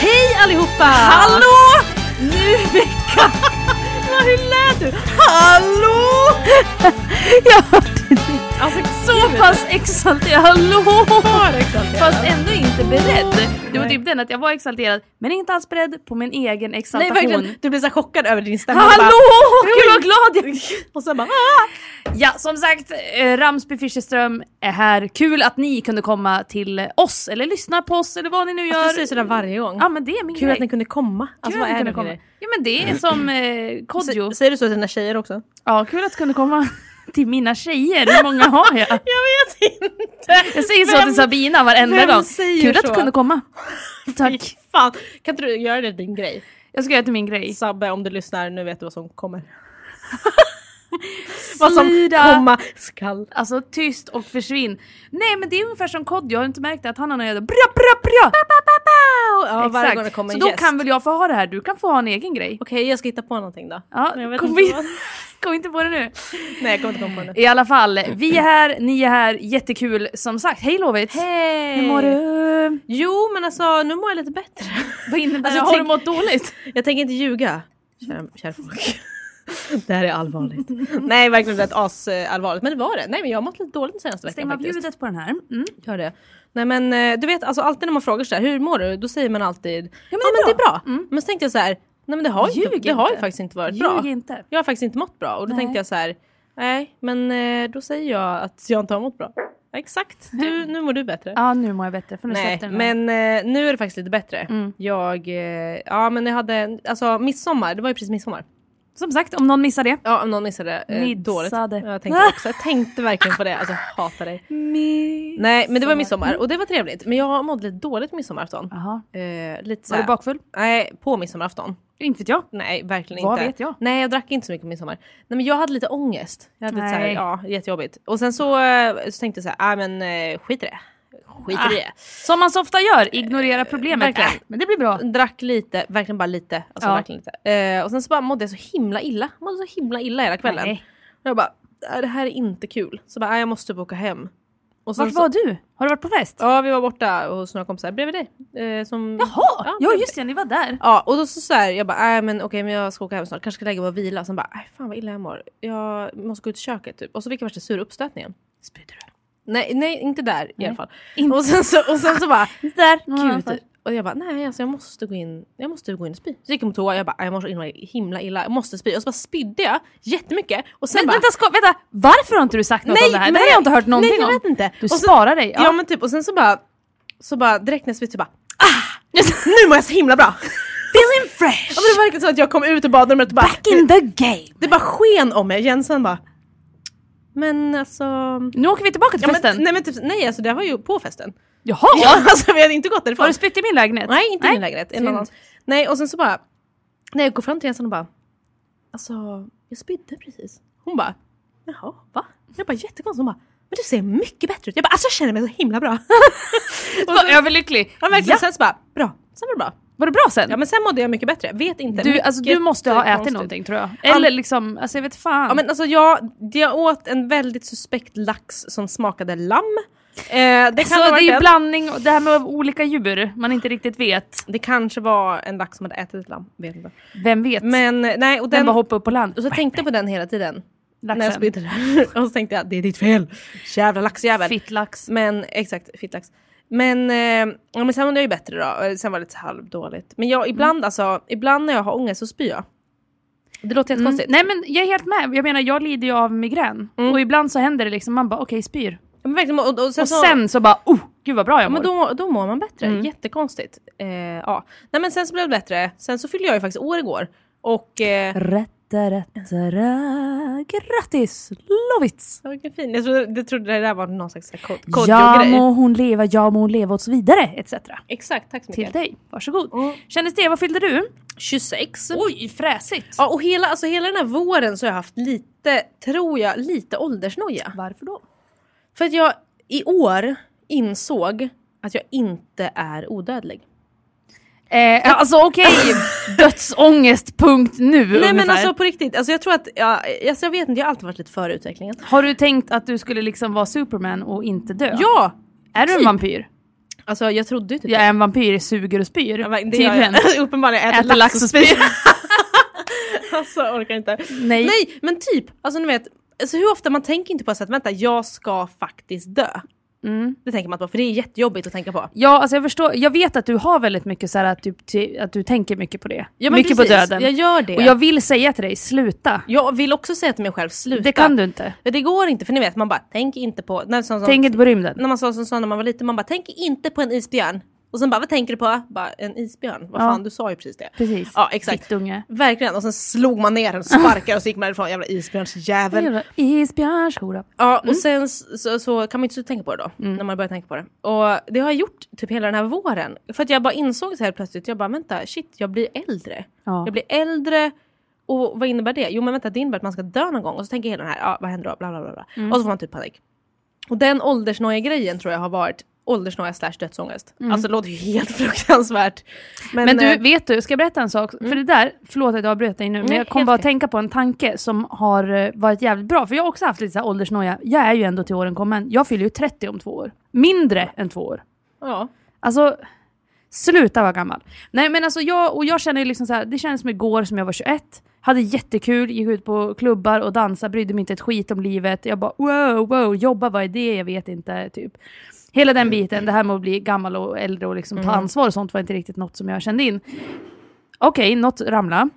Hej allihopa! Hallå! Nu vecka! Vad, Hur lät du? Hallå! Jag hörde det. Alltså Så pass exalterad. Hallå! Fast Fast ändå inte beredd. Det var typ den att jag var exalterad men inte alls beredd på min egen Nej exaltation. verkligen, du blir så här chockad över din stämma. Hallå! Bara, Gud vad glad jag Och sen bara ah! Ja, som sagt, eh, Ramsby Fischerström är här. Kul att ni kunde komma till oss, eller lyssna på oss, eller vad ni nu gör. Jag Alltså, säger sådär varje gång. Ja, men det är min Kul grej. att ni kunde komma. Alltså, Kul vad att ni är kunde det för komma. grej? Ja, men det är som eh, Kodjo. Sä- Säger du så till dina tjejer också? Ja, kul att du kunde komma till mina tjejer. Hur många har jag? Jag vet inte! Jag säger så till Sabina varenda vem gång. säger Kul att så? du kunde komma. Tack. Fan, kan inte du göra det din grej? Jag ska göra till min grej. Sabbe om du lyssnar, nu vet du vad som kommer. vad som Slida. komma skall. Alltså tyst och försvinn. Nej men det är ungefär som Kodjo, har du inte märkt det? att han har någon bra bra bra. Ja, varje gång det kommer Så en då gäst. kan väl jag få ha det här, du kan få ha en egen grej. Okej jag ska hitta på någonting då. Ja, Men jag vet kom, inte vi... vad. kom inte på det nu. Nej jag kommer inte komma på det. I alla fall, vi är här, ni är här, jättekul som sagt. Hej Lovits! Hej! Hur mår du? Jo men alltså nu mår jag lite bättre. Vad innebär Alltså, det? Har tänk- du mått dåligt? Jag tänker inte ljuga. Kära, kära folk. Det här är allvarligt. Nej verkligen det är as eh, allvarligt. Men det var det. Nej men jag har mått lite dåligt den senaste veckan Stäng av faktiskt. ljudet på den här. Mm. Gör det. Nej men eh, du vet alltså alltid när man frågar så här, hur mår du? Då säger man alltid ja men det är bra. Men så tänkte jag så här, nej men det har, ju inte, Mm. Ljug det har ju inte. faktiskt inte varit bra. Ljug inte. Jag har faktiskt inte mått bra och då Nej. tänkte jag så här, nej men eh, då säger jag att jag inte har mått bra. Exakt, du, nu mår du bättre. Ja nu mår jag bättre för nu Nej, släppte den. men eh, nu är det faktiskt lite bättre. Mm. Jag, eh, ja men jag hade, en- alltså midsommar, det var ju precis midsommar. Som sagt, om någon missar det. Ja om någon missade det. Eh, Midsade. dåligt. Ja, Jag tänkte också, jag tänkte verkligen på det, alltså jag hatar dig. Nej men det var midsommar och det var trevligt. Men jag mådde lite dåligt på midsommarafton. Jaha. Eh, lite Var såhär, du bakfull? nej på midsommarafton. Inte vet jag. Nej verkligen Vad inte. vet jag? Nej jag drack inte så mycket på midsommar. Nej men jag hade lite ångest. Jag hade lite såhär, Nej. ja jättejobbigt. Och sen så, eh, så tänkte jag såhär, nej men eh, skit i det. Skit Ah. i det. Som man så ofta gör, ignorera problemet. Eh, verkligen. Äh, men det blir bra. Drack lite, verkligen bara lite. Alltså Ja. verkligen lite. Eh, och sen så bara mådde jag så himla illa. Mådde så himla illa hela kvällen. Nej. Och jag bara, "Äh, det här är inte kul. Så bara, "Äh, jag måste boka hem. Och sen Vart så- var du? Har du varit på fest? Ja vi var borta hos några kompisar bredvid dig. Eh, som, Jaha! Ja, bredvid just det, ni var där. Ja och då så, så här, jag bara nej men okej men jag ska åka hem snart, kanske ska lägga mig och vila. Sen bara nej fan vad illa jag mår. Jag måste gå ut i köket typ. Och så fick jag värsta sura uppstötningen. Spydde du? Nej, nej inte där i alla fall. Inte. Och sen så, och sen så bara Där! gud. typ. Och jag bara nej alltså jag måste gå in, jag måste gå in och spy. Så gick jag på toa jag bara "Aj, jag mår så himla, himla illa, jag måste spy. Och så bara spydde jag jättemycket. Och sen Men bara, vänta, ska, vänta, varför har inte du sagt något om det här? Det här har jag inte hört någonting nej, jag om. vet inte. Du och sen, sparar dig. ja. Ja. men typ och sen så bara, så bara direkt när jag spydde så bara ah! Nu mår jag så himla bra! Feeling fresh! Ja, men det var verkligen så att jag kom ut ur badrummet och bara Back in the game! Det bara sken om mig, Jensen bara Men alltså... Nu åker vi tillbaka till Ja, festen. men, nej men typ, nej alltså det var ju på festen. Jaha! Ja. Alltså vi hade inte gått därifrån. Har du spytt i min lägenhet? Nej inte i min lägenhet, en synd. annan. Nej och sen så bara, när jag går fram till Jensen och bara Alltså jag spydde precis. Hon bara Jaha va? Jag bara jättekonstigt, hon bara Men du ser mycket bättre ut. Jag bara alltså jag känner mig så himla bra. Du var överlycklig. Ja verkligen, sen så bara bra, sen var det bra. Var det bra sen? Ja men sen mådde jag mycket bättre, Jag vet inte. du, alltså, du Mycket måste ha ätit konstigt. någonting tror jag. Eller liksom, alltså jag vet fan. Ja men alltså jag, jag åt en väldigt suspekt lax som smakade lamm. så Eh, det, kan ha Alltså, det varit är ju en- blandning, och det här med olika djur man inte riktigt vet. det kanske var en lax som hade ätit ett lamm, vet inte. Vem vet? Men nej, och den den, bara hoppar upp på land. och så tänkte jag på den hela tiden. när jag Laxen. spydde där. Och så tänkte jag, det är ditt fel! Jävla laxjävel. Fittlax. Men exakt, fittlax. Men, eh, ja, men sen mådde jag ju bättre då. Eh, Sen var det lite halvdåligt. Men jag, ibland Mm. alltså, ibland när jag har ångest så spyr jag. Det låter Mm. jättekonstigt. Nej men jag är helt med. Jag menar jag lider ju av migrän. Och ibland så händer det liksom, man bara okej spyr. Men verkligen, och, och Mm. sen, Och så- sen så bara oh, gud vad bra jag Ja, mår. Mm. men då, då mår man bättre. Jättekonstigt. Eh, ja. Nej men sen så blev det bättre. Sen så fyllde jag ju faktiskt år igår. Och... Eh, Rätta, rätta, ra. Grattis Lovits! ja, vilken fin. Jag trodde, jag trodde det där var någon slags kod, Ja kodjogrej. må hon leva, ja må hon leva och så vidare etc. Exakt, tack så Till mycket. dig, varsågod. Mm. Kändes det, vad fyllde du? 26. Oj, fräsigt! Ja och hela, alltså hela den här våren så har jag haft lite, tror jag, lite åldersnoja. Varför då? För att jag i år insåg att jag inte är odödlig. Eh, alltså okej, dödsångest punkt nu Nej ungefär. men alltså på riktigt, alltså jag tror att, ja, alltså jag vet inte, jag har alltid varit lite före utvecklingen. Har du tänkt att du skulle liksom vara Superman och inte dö? Ja! Är du en typ. vampyr? Alltså jag trodde ju typ Jag är en vampyr, suger och spyr. det. Det gör Tydligen. jag. Uppenbarligen, jag äter, Äter lax och spyr. Alltså jag orkar inte. Nej. Nej men typ, alltså ni vet, alltså, hur ofta man tänker inte på så att vänta jag ska faktiskt dö. Mm. Det tänker man inte på för det är jättejobbigt att tänka på. Ja, alltså jag förstår. Jag vet att du har väldigt mycket så här att du, ty- att du tänker mycket på det. Ja, men mycket på precis. döden. Jag gör det. Och jag vill säga till dig, sluta. Jag vill också säga till mig själv sluta. Det kan du inte. Men Det går inte för ni vet man bara tänk inte på, när, sån, sån, Tänk inte på rymden. när man sa som sa när man var liten, man bara tänk inte på en isbjörn. Och sen bara vad tänker du på? Bara en isbjörn? Vad Ja. fan du sa ju precis det. Precis. Ja exakt. Fittunge. Verkligen och sen slog man ner den och sparkade och så gick man därifrån jävla isbjörnsjävel. Jävla Isbjörnshora. Ja, och sen s- så, så kan man inte sluta tänka på det då, Mm. när man börjar tänka på det. Och det har jag gjort typ hela den här våren. För att jag bara insåg så här plötsligt, jag bara vänta, shit, jag blir äldre. Ja. Jag blir äldre, och vad innebär det? Jo men vänta, det innebär att man ska dö någon gång. Och så tänker hela den här, ja vad händer då? Bla, bla, bla, bla. Mm. Och så får man typ panik. Och den åldersnoja grejen tror jag har varit åldersnoja slash dödsångest. Alltså det låter ju helt fruktansvärt. Mm. Men du, eh, Mm. vet du, ska jag berätta en sak? För det där, förlåt att jag avbröt dig nu, men Nej, jag kom helt bara att okej. tänka på en tanke som har eh, varit jävligt bra. För jag har också haft lite så här åldersnoja. Jag är ju ändå till åren kommen. Jag fyller ju 30 om två år. Mindre än två år. ja. Alltså, sluta vara gammal. Nej men alltså jag, och jag känner ju liksom så här, det känns som igår som jag var 21. Hade jättekul, gick ut på klubbar och dansade, brydde mig inte ett skit om livet. Jag bara wow, wow, jobba, vad är det? Jag vet inte, typ. Hela den biten, det här med att bli gammal och äldre och liksom ta ansvar och sånt var inte riktigt något som jag kände in. Okej, något ramla.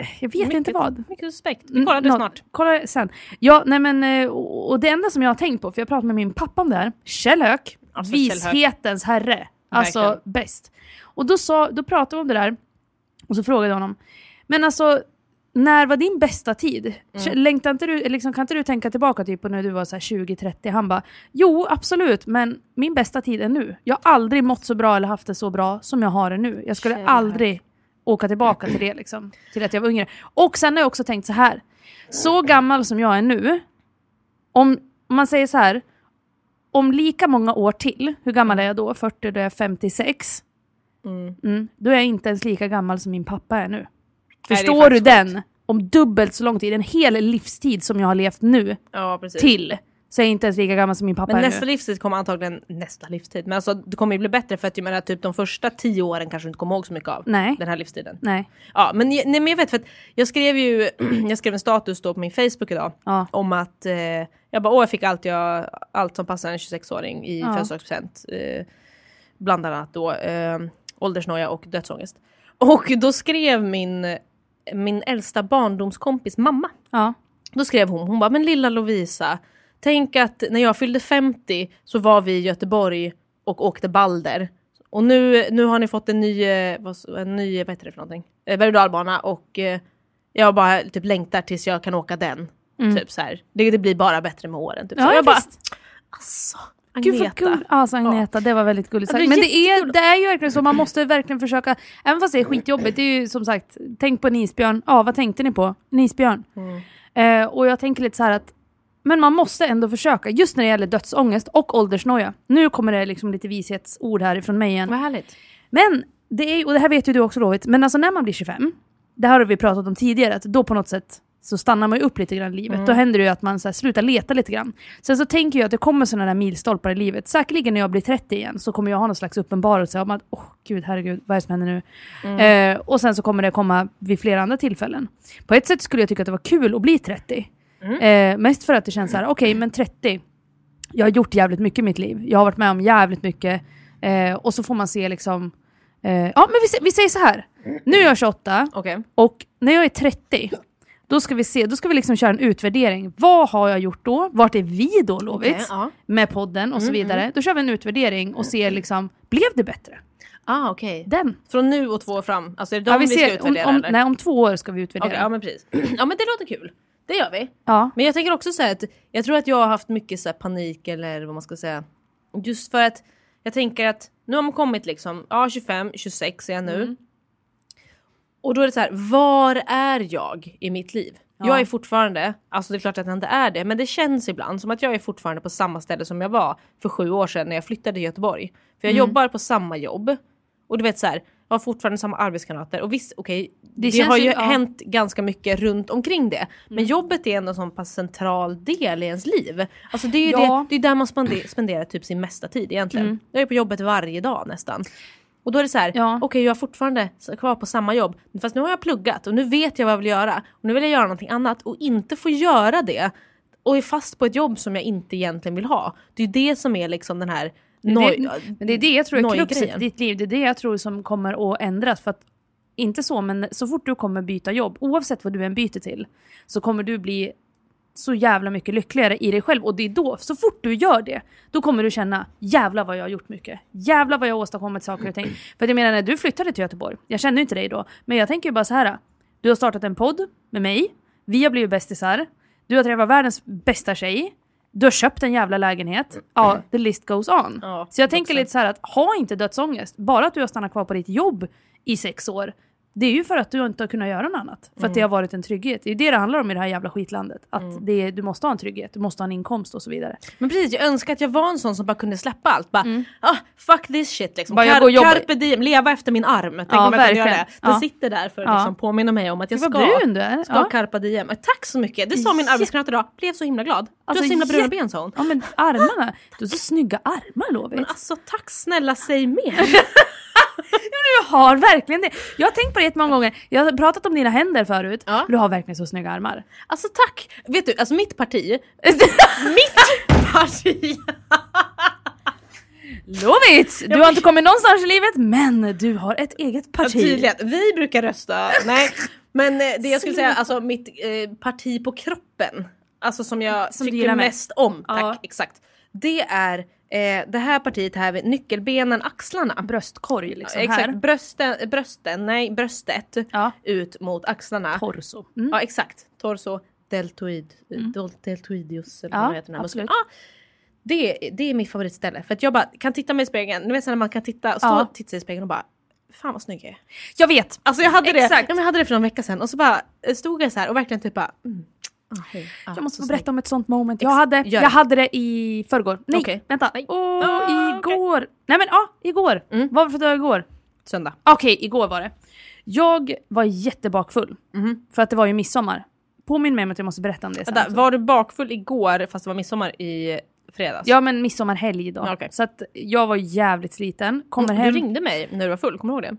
Eh, Jag vet inte vad. Mycket suspekt. Vi kollar det Mm, Nå- snart. Kolla sen. Ja, nej men, eh, och och det enda som jag har tänkt på, för jag pratade med min pappa om det här, Kjell Höök, Alltså, Kjell Höök. vishetens herre. Alltså Verkligen. bäst. Och då, sa, då pratade vi om det där, och så frågade jag honom, men alltså, när var din bästa tid? Mm. Längtar inte du, liksom, kan inte du tänka tillbaka typ, på när du var så här 20-30? Han bara, jo absolut, men min bästa tid är nu. Jag har aldrig mått så bra eller haft det så bra som jag har det nu. Jag skulle Kjell Höök. aldrig åka tillbaka till det, liksom, till att jag var yngre. Och sen har jag också tänkt så här, så gammal som jag är nu, om, om man säger så här, om lika många år till, hur gammal är jag då? 40, då är jag 56. Mm. Mm, då är jag inte ens lika gammal som min pappa är nu. det är Förstår du faktiskt den? Om dubbelt så lång tid, en hel livstid som jag har levt nu, Ja precis. till, så är jag inte ens lika gammal som min pappa Men är nästa nu. livstid kommer antagligen, nästa livstid, men alltså det kommer ju bli bättre för att jag menar typ de första tio åren kanske du inte kommer ihåg så mycket av Nej. den här livstiden. Nej. Ja men, jag- nej, men jag vet för att jag skrev ju, jag skrev en status då på min Facebook idag Ja. om att eh, jag bara åh jag fick allt, jag, allt som passar en 26-åring i Ja. födelsedagspresent. Eh, bland annat då eh, åldersnoja och dödsångest. Och då skrev min, min äldsta barndomskompis mamma Ja. då skrev hon, hon bara, men lilla Lovisa, tänk att när jag fyllde 50 så var vi i Göteborg och åkte Balder. Och nu, nu har ni fått en ny, eh, vad, s- en ny, vad heter det för någonting? Eh, Berg och dalbana och eh, jag bara typ längtar tills jag kan åka den. Typ så här. Det, det blir bara bättre med åren. Typ. så Mm. Ja, jag bara, visst. alltså Gud vad Agneta. kul. Alltså Agneta, det var väldigt gulligt Ja, det sagt. är Men det är, jättekul. det är ju verkligen så, man måste verkligen försöka, även fast det är skitjobbigt, det är ju som sagt, tänk på en isbjörn, ja vad tänkte ni på? En isbjörn. Mm. Eh, och jag tänker lite så här att, men man måste ändå försöka, just när det gäller dödsångest och åldersnoja. Nu kommer det liksom lite vishetsord här ifrån mig igen. Vad härligt. Men, det är, och det här vet ju du också Lovit, men alltså när man blir 25, det här har vi pratat om tidigare, att då på något sätt så stannar man ju upp lite grann i livet. Då händer det ju att man så här slutar leta lite grann. Sen så tänker jag att det kommer sådana där milstolpar i livet. Säkerligen när jag blir 30 igen så kommer jag ha någon slags uppenbarelse om att åh gud, herregud, vad är det som händer nu? Eh, och sen så kommer det komma vid flera andra tillfällen. På ett sätt skulle jag tycka att det var kul att bli 30. Eh, mest för att det känns så här, okej men 30, jag har gjort jävligt mycket i mitt liv. Jag har varit med om jävligt mycket. Eh, och så får man se liksom, eh, ja men vi, sä- vi säger så här. Nu är jag 28 Okej. och när jag är 30, då ska vi se, då ska vi liksom köra en utvärdering. Vad har jag gjort då? Vart är vi då Lovits? Okej, ja. Mm, Med podden och så vidare. Då kör vi en utvärdering och ser liksom, blev det bättre? Ah, okej. Den. Från nu och två år fram, alltså är det de Ja, vi, ska ser, om, utvärdera om, eller? nej, om två år ska vi utvärdera. Okej, ja men precis. ja men det låter kul. Det gör vi. Ja. Men jag tänker också säga att jag tror att jag har haft mycket så här panik eller vad man ska säga. Just för att jag tänker att nu har man kommit liksom, ja 25, 26 är jag Mm. nu. Och då är det så här, var är jag i mitt liv? Jag är fortfarande, alltså det är klart att jag inte är det, men det känns ibland som att jag är fortfarande på samma ställe som jag var för sju år sedan när jag flyttade till Göteborg. För jag Mm. jobbar på samma jobb och du vet så här, jag har fortfarande samma arbetskamrater och visst okej, det, känns har ju ju- ja. hänt hänt ganska mycket runt omkring det. Men Mm. jobbet är ändå en sån pass central del i ens liv. Alltså det är ju Ja. Mm. det, det är där man spende- spenderar typ sin mesta tid egentligen. Jag är på jobbet varje dag nästan. Och då är det så här, Ja. okej jag är fortfarande s- kvar på samma jobb fast nu har jag pluggat och nu vet jag vad jag vill göra. Och nu vill jag göra någonting annat och inte få göra det och är fast på ett jobb som jag inte egentligen vill ha. Det är ju det som är liksom den här noj- det, men det är det jag tror är nojgrejen. kruxet i ditt liv. Det är det jag tror som kommer att ändras. För att, inte så, men så fort du kommer byta jobb, oavsett vad du än byter till, så kommer du bli så jävla mycket lyckligare i dig själv. Och det är då, så fort du gör det, då kommer du känna jävla vad jag har gjort mycket. Jävla vad jag har åstadkommit saker och ting. För att jag menar när du flyttade till Göteborg, jag kände ju inte dig då, men jag tänker ju bara så här. Du har startat en podd med mig, vi har blivit bästisar, du har träffat världens bästa tjej, du har köpt en jävla lägenhet. Ja, the list goes on. Ja, så jag tänker lite så här att ha inte dödsångest, bara att du har stannat kvar på ditt jobb i sex år, det är ju för att du inte har kunnat göra något annat. För att Mm. det har varit en trygghet. Det är ju det det handlar om i det här jävla skitlandet. Att det är, du måste ha en trygghet, du måste ha en inkomst och så vidare. Men precis, jag önskar att jag var en sån som bara kunde släppa allt. Bara, ah, fuck this shit liksom. Mm. Bara, jag Car- går och jobbar. Carpe diem, leva efter min arm. Tänk Ja, om jag kunde göra verkligen. det. Den Ja. sitter där för att Ja. liksom påminna mig om att jag Gud, ska, vad brun du är. ska Ja. carpe diem. Men Tack så mycket! Det sa min Jätte- arbetskamrat idag, blev så himla glad. du har så himla bruna ben sa hon. Alltså, Ja men armarna, du har så snygga armar Lovit. Men alltså tack snälla säg mer! Du har verkligen det. Jag har tänkt på det många gånger. Jag har pratat om dina händer förut. Ja. Du har verkligen så snygga armar. Alltså tack! Vet du, alltså mitt parti, mitt parti! Lovits! Du har inte kommit någonstans i livet men du har ett eget parti. Tydligen, vi brukar rösta, nej. Men eh, det jag skulle säga, alltså mitt eh, parti på kroppen, alltså som jag Som du tycker gillar mest. mest om, tack, Ja. exakt. Det är eh, det här partiet här vid nyckelbenen, axlarna. Bröstkorg liksom Exakt, här. brösten, brösten, nej bröstet Ja. ut mot axlarna. Torso. Mm. Ja exakt, torso, deltoid, dol- deltoidius eller Ja, vad heter den här muskeln. absolut. Ja, det, det är mitt favoritställe för att jag bara kan titta mig i spegeln, ni vet så här när man kan titta, stå Ja. och titta sig i spegeln och bara Fan vad snygg jag är. Jag vet! Alltså jag hade, det, ja, Exakt. men jag hade det för någon vecka sedan och så bara eh, stod jag så här och verkligen typ bara mm, ah, hej, ah, Jag måste så få snygg. berätta om ett sånt moment. Jag Ex- hade, gör jag det. hade det i förrgår. Nej, Okej. vänta. Nej. Åh, Ah, okej. Mm. igår. Nej men ja, igår. Vad var det för dag igår? Söndag. Okej, igår var det. Jag var jättebakfull. För att det var ju midsommar. Påminn mig om att jag måste berätta om det sen. Mm-hmm. Vänta, var du bakfull igår fast det var midsommar i fredags? Ja men midsommarhelg då. Ja, okej. Så att jag var jävligt sliten. Kommer Mm, hem. Du ringde mig när du var full, kommer du ihåg det?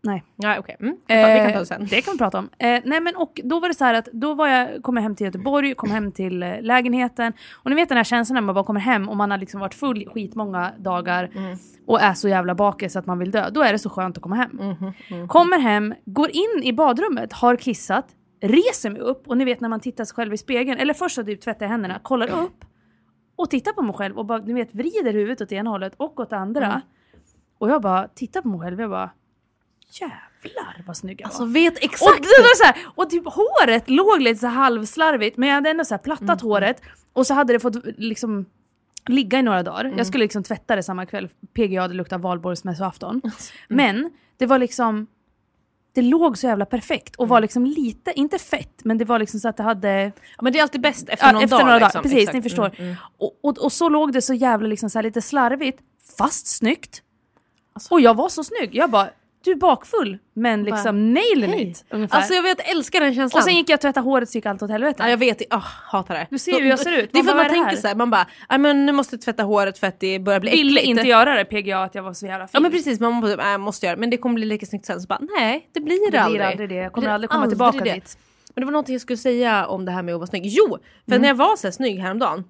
Nej. Nej okej, mm. vi, kan ta- vi kan ta det sen. Eh, Det kan vi prata om. Eh, nej men och då var det så här att då var jag, kom jag hem till Göteborg, kom hem till eh, lägenheten. Och ni vet den här känslan när man bara kommer hem och man har liksom varit full skitmånga dagar Mm. och är så jävla bakis att man vill dö. Då är det så skönt att komma hem. Mm, Kommer hem, går in i badrummet, har kissat, reser mig upp och ni vet när man tittar sig själv i spegeln, eller först så typ tvättar jag händerna, kollar upp och tittar på mig själv och bara, ni vet vrider huvudet åt ena hållet och åt andra. Mm. Och jag bara tittar på mig själv och jag bara jävlar vad snygg jag var. Alltså vet Och, exakt! det var så här, och typ håret låg lite så här halvslarvigt men jag hade ändå så här Mm, plattat håret och så hade det fått liksom ligga i några dagar. Mm. Jag skulle liksom tvätta det samma kväll. PGA hade luktat valborgsmässoafton. Alltså, mm. Men det var liksom, det låg så jävla perfekt och var liksom lite, inte fett, men det var liksom så att det hade Mm. Ja, Men det är alltid bäst efter någon efter dag. några dagar. liksom. Precis, Exakt. ni förstår. Mm, mm. Och, och, och så låg det så jävla liksom så här lite slarvigt, fast snyggt. Alltså. Och jag var så snygg. Jag bara, du är bakfull, men liksom nailen it. Ungefär. Alltså jag vet, jag älskar den känslan. och sen gick jag och tvättade håret så gick allt åt helvete. Ja, jag vet, jag hatar det. Du ser ju hur jag ser ut. Det är Man för bara, att man vad är det tänker här? såhär, man bara "Nej, men nu måste jag tvätta håret för att det börjar bli ville äckligt. inte göra det PGA att jag var så jävla fin. Ja men precis, man måste, äh, måste göra det. men det kommer bli lika snyggt sen. Så bara nej, det blir, det blir aldrig. aldrig det. Jag kommer Det blir aldrig komma aldrig tillbaka det. dit. Men det var någonting jag skulle säga om det här med att vara snygg. Jo! För Mm. när jag var så här snygg häromdagen.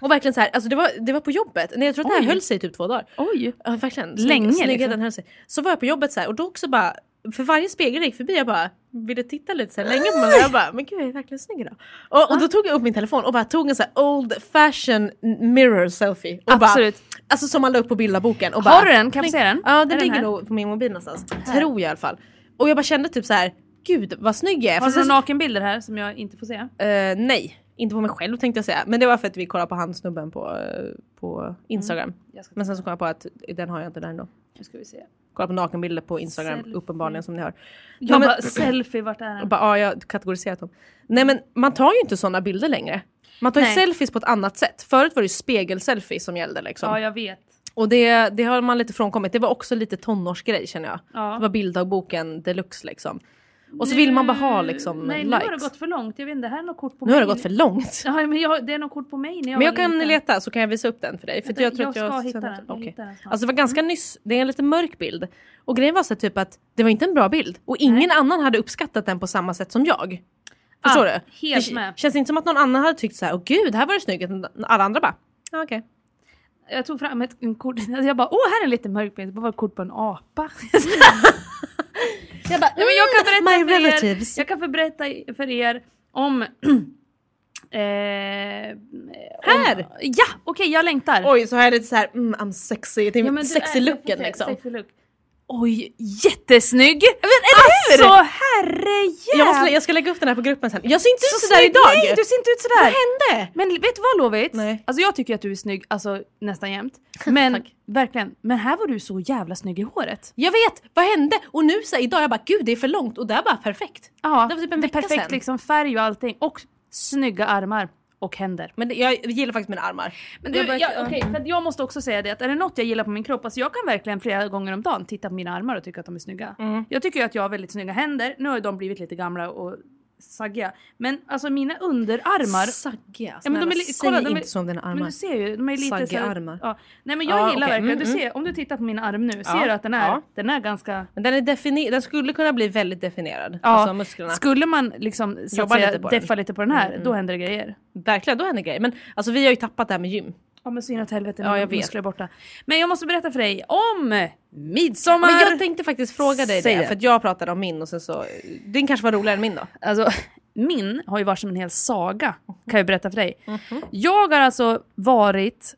Och verkligen så här, alltså det var, det var på jobbet. Nej, jag tror att det här Oj. höll sig i typ två dagar. Oj! Ja, verkligen. Länge, Snyggheten liksom. höll sig. Så var jag på jobbet så här, och då också bara, för varje spegel jag gick förbi jag bara ville titta lite så här, länge på mig. Jag bara, men gud jag är verkligen snygg idag. Och, och då tog jag upp min telefon och bara tog en så här old fashion mirror selfie. Och Absolut. Bara, alltså som man la upp på bildarboken. Och bara, Har du den? Kan vi se den? Ja Är den ligger här? nog på min mobil någonstans. Tror jag i alla fall. Och jag bara kände typ så här, gud vad snygg jag är. Har Fast du jag- några nakenbilder här som jag inte får se? Eh, nej, inte på mig själv tänkte jag säga. Men det var för att vi kollade på han snubben på, eh, på Instagram. Mm. Jag ska- Men sen så kom jag på att den har jag inte där ändå. Nu ska vi se. Kolla på nakenbilder på Instagram Selfie. uppenbarligen som ni hör. Jag men- bara, selfie, vart är Och den? bara, ja, jag har kategoriserat dem. Nej men man tar ju inte sådana bilder längre. Man tar ju Nej. selfies på ett annat sätt. Förut var det ju spegelselfie som gällde liksom. Ja, jag vet. Och det, det har man lite frånkommit. Det var också lite tonårsgrej känner jag. Ja. Det var bilddagboken deluxe liksom. Och så vill man bara ha liksom Nej, likes. nu har det gått för långt. Jag vet inte, det här är något kort på nu mig. har det gått för långt. Ja, men jag, det är något kort på mig när jag Men jag var kan liten. leta så kan jag visa upp den för dig. För att Vänta, jag, tror jag att jag ska sen- hitta den. Jag okej. hittar den snart. Mm. Alltså det var ganska nyss, det är en lite mörk bild. Och grejen var så här typ att det var inte en bra bild. Och ingen annan hade uppskattat den på samma sätt som jag. Förstår Ah, du? helt det k- med. känns inte som att någon annan hade tyckt så här, åh gud, här var det snyggt. Utan Alla andra bara, ja okej. Jag tog fram ett en kort, alltså jag bara åh här är en liten mörk bild, det var ett kort på en apa. jag bara, Nej, men jag kan Mm, berätta my för relatives. er, jag kan för berätta i- för er om... eh, Här! ja, okej jag längtar. Oj, så här är det så här, mm, I'm sexy. Det är ja, men du sexy är- looken jag får se, liksom. Sexy look. Oj, jättesnygg! Men, eller hur? alltså herrejävlar! Jag, måste, jag ska lägga upp den här på gruppen sen. Jag ser inte ut Så sådär snygg- idag! Nej, du ser inte ut sådär! Vad hände? Men vet du vad Lovits? Nej. Alltså jag tycker att du är snygg alltså, nästan jämt. Men Tack. verkligen, men här var du så jävla snygg i håret. Jag vet, vad hände? Och nu så här, idag, jag bara gud det är för långt och där bara perfekt. Ja, Det var typ en vecka perfekt sedan. liksom färg och allting. Och snygga armar och händer. Men det, jag gillar faktiskt mina armar. Men du, Jag jag, bara- ja. okej, för att jag måste också säga det att är det något jag gillar på min kropp, alltså jag kan verkligen flera gånger om dagen titta på mina armar och tycka att de är snygga. Mm. Jag tycker ju att jag har väldigt snygga händer, nu har ju de blivit lite gamla och saggiga. Men alltså mina underarmar Saggiga. Ja, men de är, li- Snälla, kolla, säg de är, inte så om dina armar. Men du ser ju, de är lite Saggiga såhär- armar. Ja. Nej men jag Ja, gillar okej. verkligen, Mm, du ser, om du tittar på min arm nu, Ja, ser du att den är, ja. den är ganska... Men den, är defini- den skulle kunna bli väldigt definierad. Ja, Alltså musklerna. Skulle man liksom så att Jobba säga, lite på den. Mm, deffa lite på den här, då händer det grejer. Verkligen, då händer grejer. Men alltså, vi har ju tappat det här med gym. Ja men så inåt helvete, Ja, mina jag vet. muskler är borta. Men jag måste berätta för dig om midsommar! Men jag tänkte faktiskt fråga dig Säg det, det. för att jag pratade om min och sen så... Din kanske var roligare än min då? Alltså, min har ju varit som en hel saga, kan jag berätta för dig. Jag har alltså varit,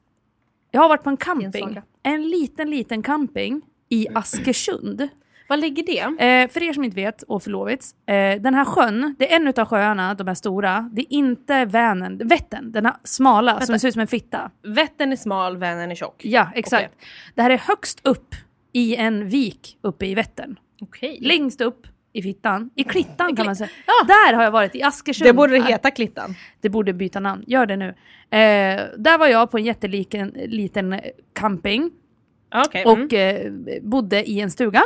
jag har varit på en Mm. camping, saga. en liten liten camping i Askersund. Var ligger det? Eh, för er som inte vet, och förlovits, eh, den här sjön, det är en av sjöarna, de här stora, det är inte Vänern, Vättern, den här smala som ser ut som en fitta. Vättern är smal, Vänern är tjock. Ja, exakt. Det här är högst upp i en vik uppe i Vättern. Okej. Längst upp i fittan, i klittan kan man säga. Ja. Där har jag varit, i Askersund. Det borde det heta Klittan. Det borde byta namn, gör det nu. Eh, där var jag på en jätteliten liten camping Ja, Okej. mm. och eh, bodde i en stuga.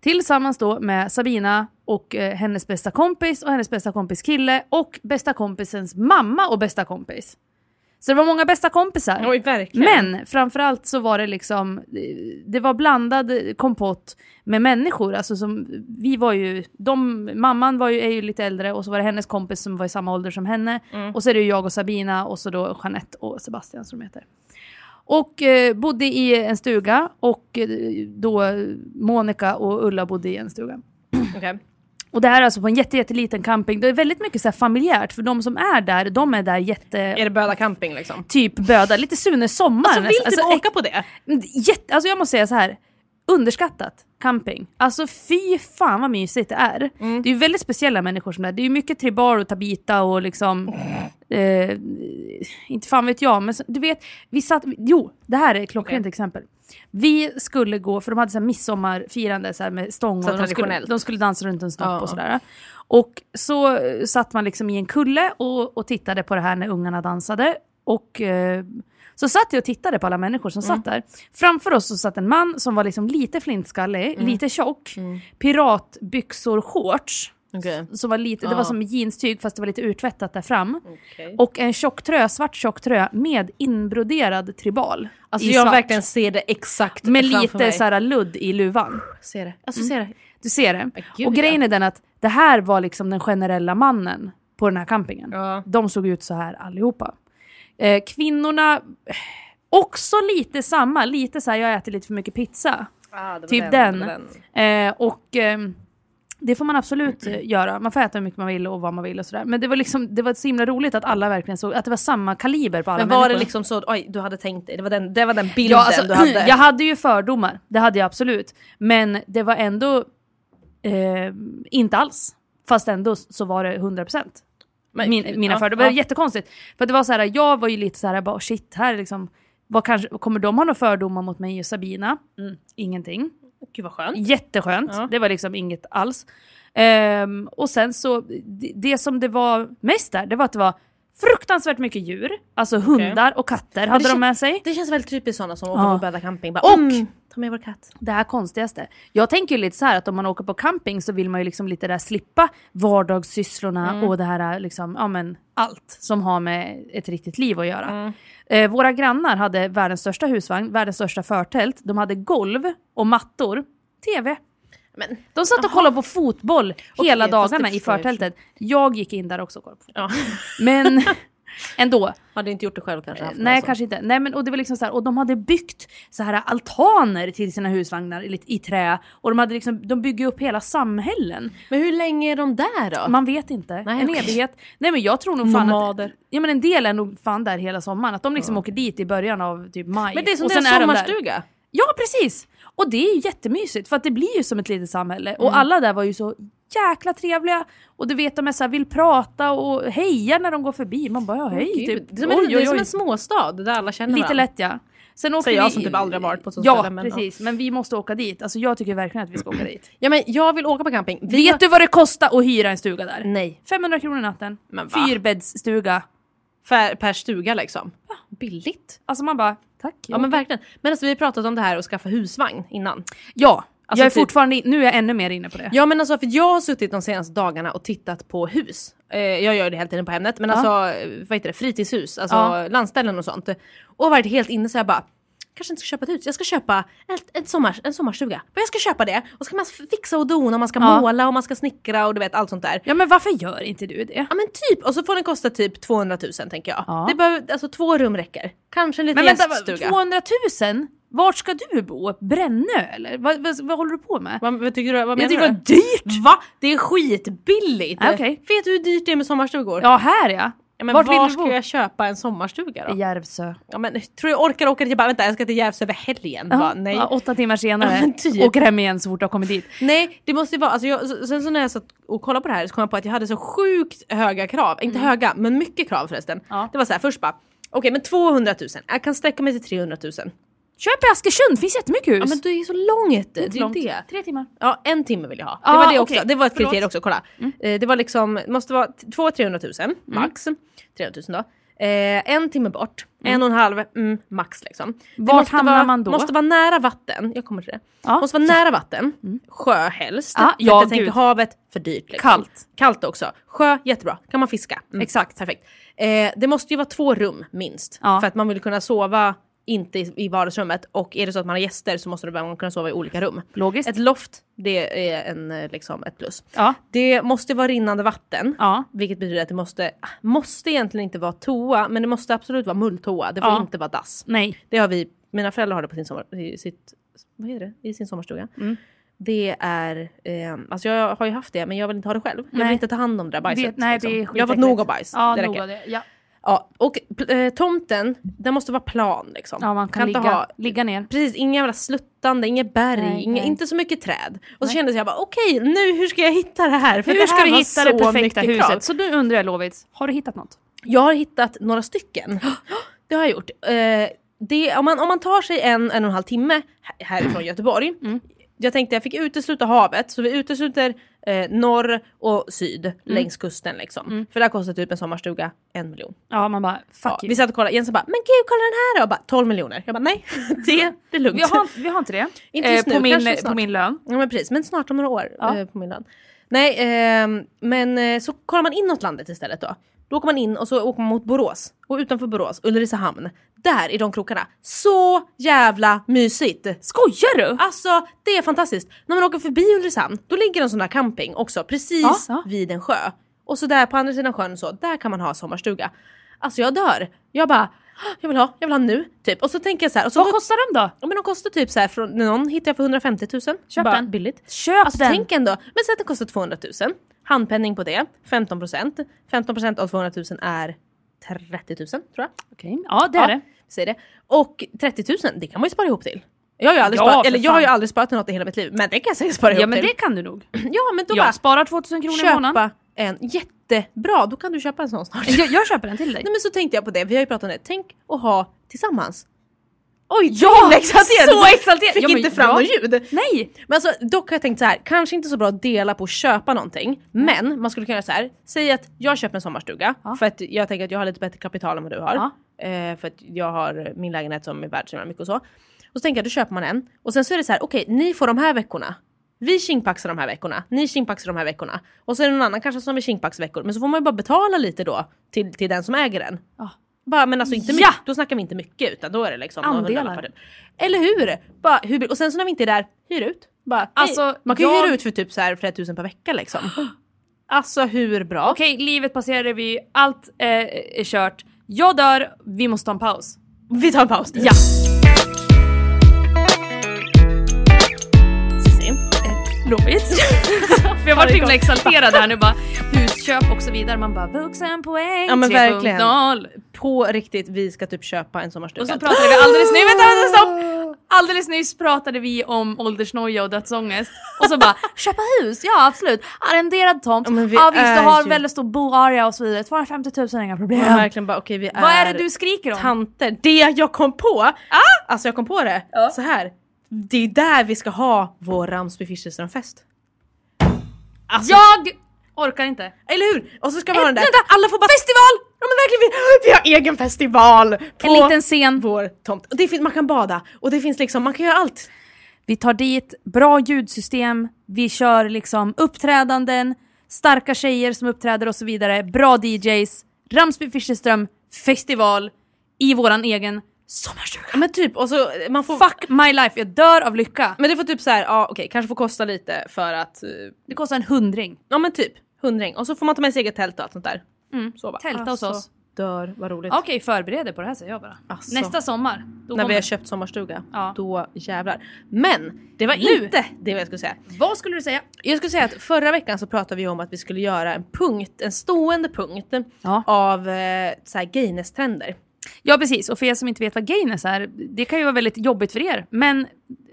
Tillsammans då med Sabina och eh, hennes bästa kompis och hennes bästa kompis kille och bästa kompisens mamma och bästa kompis. Så det var många bästa kompisar. Oj, verkligen. Men framförallt så var det liksom, eh, det var blandad eh, kompott med människor. Alltså som, vi var ju, de, mamman var ju, är ju lite äldre och så var det hennes kompis som var i samma ålder som henne. Mm. Och så är det ju jag och Sabina och så då Jeanette och Sebastian som de heter. Och eh, bodde i en stuga och eh, då Monica och Ulla bodde i en stuga. Okej. Och det här är alltså på en jätte, jätteliten camping. Det är väldigt mycket så här familjärt för de som är där, de är där jätte... Är det Böda camping liksom? Typ böda, lite Sune Sommar Alltså vill nästan. du Alltså, åka på det? Jätte, alltså jag måste säga så här. Underskattat camping. Alltså fy fan vad mysigt det är. Mm. Det är ju väldigt speciella människor som det är. Det är ju mycket tribal och tabita och liksom... Eh, inte fan vet jag, men så, du vet. Vi satt, jo, det här är ett klockrent Okej. exempel. Vi skulle gå, för de hade så här midsommarfirande så här med stång Så och de skulle, traditionellt. de skulle dansa runt en snopp Ja. och sådär. Och så eh, satt man liksom i en kulle och, och tittade på det här när ungarna dansade. Och eh, så satt jag och tittade på alla människor som Mm. satt där. Framför oss så satt en man som var liksom lite flintskallig, Mm. lite tjock, piratbyxor, shorts. Okej. Som var lite, Det var som jeanstyg fast det var lite urtvättat där fram. Okej. Och en tjock tröja, svart tjock tröja med inbroderad tribal. Alltså i jag svart. verkligen ser det exakt Med framför lite mig. såhär ludd i luvan. Ser det. Alltså ser det. Du ser det. gud, och grejen är den att Det här var liksom den generella mannen på den här campingen. Ja. De såg ut så här allihopa. Eh, kvinnorna, eh, också lite samma. Lite så här, jag äter lite för mycket pizza. Ah, Typ den. Eh, och ehm, det får man absolut eh, Mm. göra. Man får äta hur mycket man vill och vad man vill och sådär. Men det var, liksom, det var så himla roligt att alla verkligen såg, att det var samma kaliber på alla Men var det människor. liksom så, oj du hade tänkt dig, det var den, det var den bilden Ja, alltså, du hade? Jag hade ju fördomar, det hade jag absolut. Men det var ändå eh, inte alls. Fast ändå så var det 100%. Men- Min, mina ja, fördomar. Det var ja. jättekonstigt. För att det var så här, jag var ju lite så här, bara, shit, här liksom, vad kanske, kommer de ha några fördomar mot mig och Sabina? Ingenting. Gud vad skönt. Jätteskönt. Mm. Ja. Det var liksom inget alls. Ehm, och sen så, det, det som det var mest där, det var att det var fruktansvärt mycket djur. Alltså hundar och katter hade det de kän- med sig. Det känns väldigt typiskt sådana som åker Ja. på bädda camping. Bara, och! Mm. Ta med vår katt. det här konstigaste. Jag tänker ju lite så här att om man åker på camping så vill man ju liksom lite där slippa vardagssysslorna Mm. och det här liksom, ja men allt som har med ett riktigt liv att göra. Mm. Eh, våra grannar hade världens största husvagn, världens största förtält, de hade golv och mattor, tv. Men, De satt och kollade på fotboll hela Okej, fast det dagarna i förstår jag förtältet. Jag gick in där också och kollade på fotboll. ja. Men ändå. Hade inte gjort det själv kanske? haft Eh, Nej, det så. kanske inte. Nej, men, och, det var liksom så här, och de hade byggt så här altaner till sina husvagnar i, lite- i trä. Och de, hade liksom, de bygger upp hela samhällen. Men hur länge är de där då? Man vet inte. Nej, en okej. evighet. Nej men jag tror nog fan Nomader. att... Ja, men en del är nog fan där hela sommaren. Att de liksom åker dit i början av typ maj. Men det är som och deras sen är de där. sommarstuga. Ja precis! Och det är ju jättemysigt för att det blir ju som ett litet samhälle. Och Mm. alla där var ju så jäkla trevliga. Och du vet de är så här, vill prata och heja när de går förbi. Man bara ja hej. Gud, typ. Det är som en- det är som en småstad där alla känner Lite varandra. lätt ja. Sen åker Säger jag vi- som typ aldrig har varit på sånt Ja, ställe, men ja. precis. Men vi måste åka dit. Alltså jag tycker verkligen att vi ska åka dit. Ja men jag vill åka på camping. Vi Vet du vad det kostar att hyra en stuga där? Nej. 500 kronor i natten. Men va? Fyrbäddsstuga. Per, per stuga liksom. Billigt. Alltså man bara, tack. Ja men verkligen. Men alltså vi har pratat om det här att skaffa husvagn innan. ja Alltså jag är typ- fortfarande, in- nu är jag ännu mer inne på det. Ja men alltså för jag har suttit de senaste dagarna och tittat på hus. Eh, jag gör det hela tiden på Hemnet men Ja. alltså eh, vad heter det, fritidshus, alltså Ja. landställen och sånt. Och varit helt inne så jag bara Kanske inte ska köpa ett hus, jag ska köpa ett, ett sommar, en sommarstuga. Men jag ska köpa det och ska man fixa och dona och man ska Ja. måla och man ska snickra och du vet allt sånt där. Ja men varför gör inte du det? Ja men typ, och så får den kosta typ 200 000 tänker jag. Ja. Det behöver, alltså två rum räcker. Kanske en liten Men vänta, vad- gäststuga. 200 000? Vart ska du bo? Brännö eller? Vad, vad, vad håller du på med? Vad, vad tycker du? Vad menar jag tycker du? det var dyrt! Va? Det är skitbilligt! Ja, okej. Vet du hur dyrt det är med sommarstugor? Ja här ja. Ja, men Vart Vart vill var du ska bo? jag köpa en sommarstuga då? Järvsö. Ja, men, tror du jag orkar åka till bara, vänta jag ska till Järvsö över helgen? Bara, nej. Ja, åtta timmar Ja, senare. men typ. Åker hem igen så fort du har kommit dit. nej det måste ju vara, alltså jag, så- sen så när jag satt och kollade på det här så kom jag på att jag hade så sjukt höga krav, inte höga men mycket krav förresten. Mm. Ja. Det var så här först bara, okej men 200 000, jag kan sträcka mig till 300 000. Köp i Askersund, finns jättemycket hus. Ja men det är ju så långt, det är långt. ju det. Tre timmar. Ja en timme vill jag ha. Det Ah, var det också, okej. det var ett Förlåt. Mm. kriterium också, kolla. Eh, det var liksom, måste vara 200-300 000 max. 300 000 då. Eh, en timme bort, en och en halv mm, max liksom. Det Vart måste hamnar vara, man då? Måste vara nära vatten, jag kommer till det. Ja. Mm. Måste vara nära vatten, sjö helst. Ah, För att ja, jag tänker gud. havet, för dyrt. Liksom. Kallt. Kallt också. Sjö, jättebra. Kan man fiska. Mm. Exakt. Perfekt. Eh, det måste ju vara två rum minst. Ja. För att man vill kunna sova inte i i vardagsrummet och är det så att man har gäster så måste man kunna sova i olika rum. Logiskt. Ett loft, det är en, eh, liksom, ett plus. Ja. Det måste vara rinnande vatten. Ja. Vilket betyder att det måste, måste egentligen inte vara toa, men det måste absolut vara mulltoa. Det får Ja. inte vara dass. Nej. Det har vi, mina föräldrar har det på sin, sommar, i sitt, vad heter det? I sin sommarstuga. Mm. Det är, eh, alltså jag har ju haft det men jag vill inte ha det själv. Jag Nej. vill inte ta hand om det där bajset. liksom. Det- nej, det är jag har fått nog av skitäckligt. bajs. Ja, det nog räcker. av det. Ja. Ja, och eh, tomten, den måste vara plan liksom. ja, man kan, inte ligga, ha- ligga ner. Precis, inga jävla sluttande, inget berg, Nej, inga, nej. inte så mycket träd. Och så kände jag bara okej, nu hur ska jag hitta det här? För Hur det ska här du var hitta så det perfekta mycket huset? krav. Så nu undrar jag Lovits, har du hittat något? Jag har hittat några stycken. Det har jag gjort. Eh, det, om, man, om man tar sig en, en och en halv timme här- härifrån Göteborg. Mm. Jag tänkte jag fick utesluta havet, så vi utesluter eh, norr och syd Mm. längs kusten liksom. För där kostar typ en sommarstuga en miljon. Ja, man bara fuck Ja, you. vi satt och kollade, Jens bara “men gud kolla den här då” och bara 12 miljoner. Jag bara nej, det, det är lugnt. Vi har, vi har inte det. Eh, Inte just nu, på, min, kanske på snart. min lön. Ja men precis, men snart om några år Ja. eh, på min lön. Nej, ehm, men eh, så kollar man inåt landet istället då. Då åker man in och så åker man mot Borås. Och utanför Borås, Ulricehamn. Där i de krokarna. Så jävla mysigt! Skojar du? Alltså det är fantastiskt. När man åker förbi Ulricehamn, då ligger en sån där camping också precis Ja, ja. vid en sjö. Och så där på andra sidan sjön så, där kan man ha sommarstuga. Alltså jag dör. Jag bara, "Ah, jag vill ha, jag vill ha nu. Typ. Och så tänker jag så här, och så Vad kostar de då? Ja, men de kostar typ så här från någon hittade jag för 150 000. Köp Bara den. Billigt. Köp Alltså den! tänk ändå, men säg att den kostar 200 000. Handpenning på det, 15%. 15% av 200 000 är 30 000 tror jag. Okej, ja det är det. Vi säger det. Och 30 000, det kan man ju spara ihop till. Jag har ju aldrig, Ja, sparat, för eller jag har ju fan. aldrig sparat till något i hela mitt liv, men det kan jag säkert spara ihop Ja men det till. kan du nog. Ja men då Jag sparar 2000 kronor i månaden. köpa en, jättebra, då kan du köpa en sån snart. Jag, jag köper den till dig. Nej men så tänkte jag på det, vi har ju pratat om det, tänk att ha tillsammans. Oj, Ja, till exalterad! så exalterad. Fick Ja, men inte fram bra. något ljud. Nej! Men alltså, dock har jag tänkt så här, kanske inte så bra att dela på att köpa någonting. Men man skulle kunna göra så här. säg att jag köper en sommarstuga Mm. Ja. för att jag tänker att jag har lite bättre kapital än vad du har. Ja. Eh, för att jag har min lägenhet som är värd så himla mycket och så. Och så tänker jag, då köper man en. Och sen så är det så här, okej ni får de här veckorna. Vi tjingpaxar de här veckorna, ni tjingpaxar de här veckorna. Och så är det någon annan kanske som är tjingpaxveckor. Men så får man ju bara betala lite då till, till den som äger den. Ja. Bara, men alltså inte Ja! mycket, då snackar vi inte mycket utan då är det liksom några Andelar. hundralappar typ. Eller hur? Bara, hur? Och sen så när vi inte är där, hyr ut. Bara, Alltså, hej. man kan ju jag- hyra ut för typ så här flera tusen per vecka liksom. Alltså hur bra? Okej, livet passerar revy, allt eh, är kört. Jag dör, vi måste ta en paus. Vi tar en paus. Ja! Cissi. Lovligt. Vi har varit så himla exalterade här nu bara. Husköp och så vidare. Man bara vuxenpoäng Ja, men verkligen. 3.0. På riktigt, vi ska typ köpa en sommarstuga. Och så pratade vi alldeles nyss, vänta, vänta, stopp! Alldeles nyss pratade vi om åldersnoja och dödsångest. Och så bara, köpa hus, ja absolut. Arrenderad tomt, Ja, men vi ja visst är du har ju- väldigt stor boarea och så vidare. 250 000 är inga problem. Och verkligen bara okej vi är... Vad är det du skriker om? Ah! Tanter. Det jag kom på! Alltså jag kom på det så här. Det är där vi ska ha vår Ramsby Fischerström-fest. Alltså, Jag orkar inte. Eller hur? Och så ska man ha den där. Eh, vänta, alla får bara... Festival! Ja men verkligen, vi, vi har egen festival! På En liten scen. vår tomt. Och det finns, man kan bada och det finns liksom, man kan göra allt. Vi tar dit bra ljudsystem, vi kör liksom uppträdanden, starka tjejer som uppträder och så vidare, bra DJs, Ramsby Fischerström festival i våran egen sommarstuga. Ja, Men typ, och så eh, man får... Fuck my life, jag dör av lycka. Men det får typ så här, ja okej, kanske får kosta lite för att... eh, Det kostar en hundring. Ja men typ, hundring. Och så får man ta med sig eget tält och allt sånt där. Mm. Så bara. Tälta hos Alltså, oss. Dör, vad roligt. Okej, förbered dig på det här säger jag bara. Alltså. Nästa sommar, då När vi kommer... har köpt sommarstuga, Ja. då jävlar. Men det var Nu. inte det jag skulle säga. Vad skulle du säga? Jag skulle säga att förra veckan så pratade vi om att vi skulle göra en punkt, en stående punkt Ja. av eh, så här gayness-trender. Ja precis, och för er som inte vet vad gayness är, det kan ju vara väldigt jobbigt för er. Men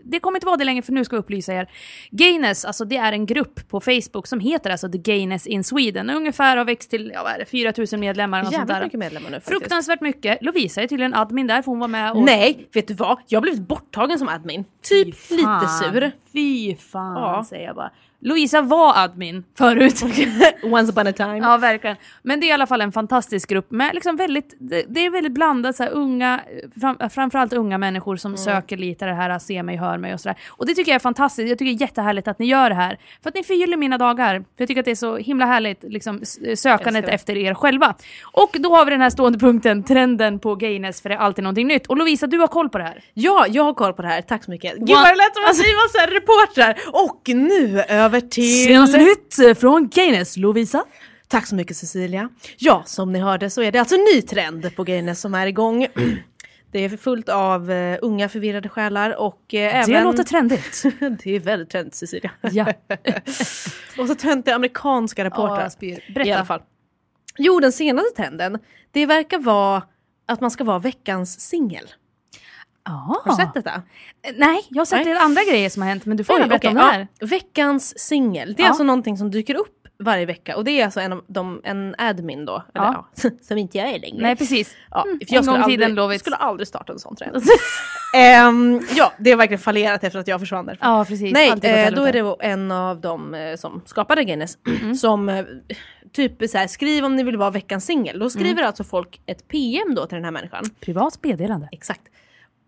det kommer inte vara det längre för nu ska jag upplysa er. Gayness, alltså det är en grupp på Facebook som heter alltså The Gayness in Sweden. Och Ungefär har växt till, ja vad är det, 4000 medlemmar eller något sånt Jävligt där. mycket medlemmar nu faktiskt. Fruktansvärt mycket. Lovisa är tydligen admin där för hon var med och... Nej, vet du vad? Jag har blivit borttagen som admin. Typ lite Fan. sur. Fy fan Ja. säger jag bara. Lovisa var admin förut. Once upon a time. Ja, verkligen. Men det är i alla fall en fantastisk grupp med liksom väldigt, det, det är väldigt blandat, så här, unga, fram, framförallt unga människor som söker lite det här, se mig, hör mig och sådär. Och det tycker jag är fantastiskt, jag tycker det är jättehärligt att ni gör det här. För att ni förgyller mina dagar. För jag tycker att det är så himla härligt, liksom, s- sökandet Älskar. efter er själva. Och då har vi den här stående punkten, trenden på gayness, för det är alltid någonting nytt. Och Lovisa, du har koll på det här. Ja, jag har koll på det här. Tack så mycket. Gud alltså- One- vad det lät som att vi var så här reportrar. Och nu över till... nytt från gayness, Lovisa. Tack så mycket Cecilia. Ja, som ni hörde så är det alltså en ny trend på Gayness som är igång. Det är fullt av eh, unga förvirrade själar och eh, Det även... låter trendigt. det är väldigt trendigt Cecilia. ja. och så töntiga amerikanska reportrar. Ja, spyr. Berätta. I alla fall. Jo, den senaste trenden, det verkar vara att man ska vara veckans singel. Ah. Har du sett detta? Eh, Nej, jag har sett Nej. lite andra grejer som har hänt, men du får Oj, gärna berätta okej, om det här. ja. Veckans singel, det är Ja. alltså någonting som dyker upp varje vecka och det är alltså en, av de, en admin då, eller, Ja. ja. som inte jag är längre. Nej, precis. Ja, Mm, för en skulle gång i tiden, aldrig, Lovits. Jag skulle aldrig starta en sån trend. Ehm, ja, det har verkligen fallerat efter att jag försvann därifrån. Ja, precis. Nej, Alltid gått eh, helvete. då är det en av de eh, som skapade Guinness som eh, typ är så här, skriv om ni vill vara veckans singel. Då skriver alltså folk ett PM då till den här människan. Privat meddelande. Exakt.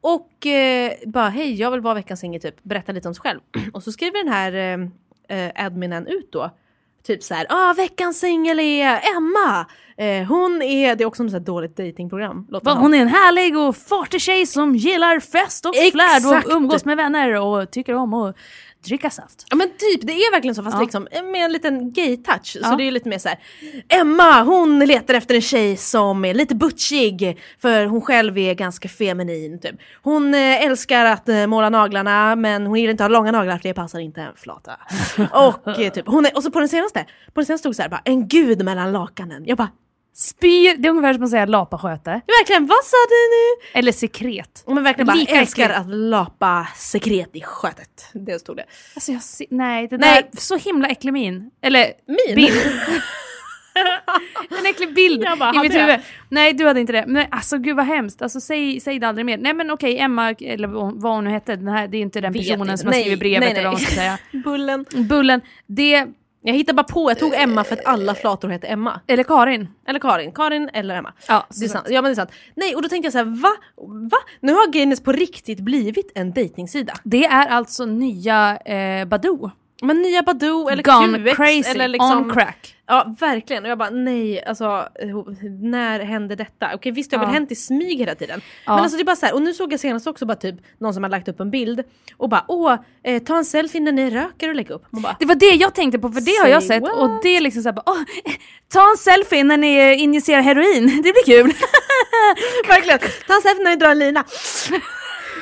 Och eh, bara hej, jag vill vara veckans singel typ, berätta lite om sig själv. Och så skriver den här eh, eh, adminen ut då, Typ så här, ah, veckans singel är Emma! Eh, hon är, det är också något så här dåligt datingprogram. Va, Hon är en härlig och fartig tjej som gillar fest och Exakt. flärd och umgås med vänner och tycker om att dricka saft. Ja men typ, det är verkligen så fast Ja. liksom med en liten gay-touch. Så Ja. det är lite mer så här. Emma hon letar efter en tjej som är lite butchig för hon själv är ganska feminin typ. Hon eh, älskar att eh, måla naglarna men hon gillar inte att ha långa naglar för det passar inte en flata. och, eh, typ, hon är, och så på den senaste, på den senaste stod så här bara en gud mellan lakanen. Jag bara, Spyr, det är ungefär som att säga lapasköte. verkligen vad sa du nu? Eller sekret. Och man verkligen bara Lika älskar äckligt. att lapa sekret i skötet. Det stod det. Alltså jag ser, nej, det Nej. där, så himla äcklig min. Eller Min? bild. en äcklig bild Jag bara, i mitt hade jag? huvud. Nej, du hade inte det. Men alltså gud vad hemskt. Alltså säg, säg det aldrig mer. Nej men okej, Emma, eller vad hon nu hette, den här, det är inte den Vet personen inte. som har Nej, skrivit brevet nej, nej. eller vad man ska säga. Bullen. Bullen, det, Jag hittade bara på, jag tog Emma för att alla flator heter Emma. eller Karin. Eller Karin, Karin eller Emma. Ja, det är sant. ja men det är sant. Nej och då tänkte jag så här, va? va? Nu har Guinness på riktigt blivit en dejtingsida. Det är alltså nya eh, Badoo. Men nya Badoo eller Gone QX crazy, eller liksom... on crack. Ja verkligen och jag bara nej alltså eh, när hände detta? Okej visst det har väl Ja. hänt i smyg hela tiden. Ja. Men alltså det är bara så här, och nu såg jag senast också bara typ någon som har lagt upp en bild och bara åh eh, ta en selfie när ni röker och lägg upp. Man bara, Det var det jag tänkte på för det har Say jag sett what? och det är liksom såhär bara, "Åh, ta en selfie när ni eh, injicerar heroin, det blir kul. verkligen, ta en selfie när ni drar en lina.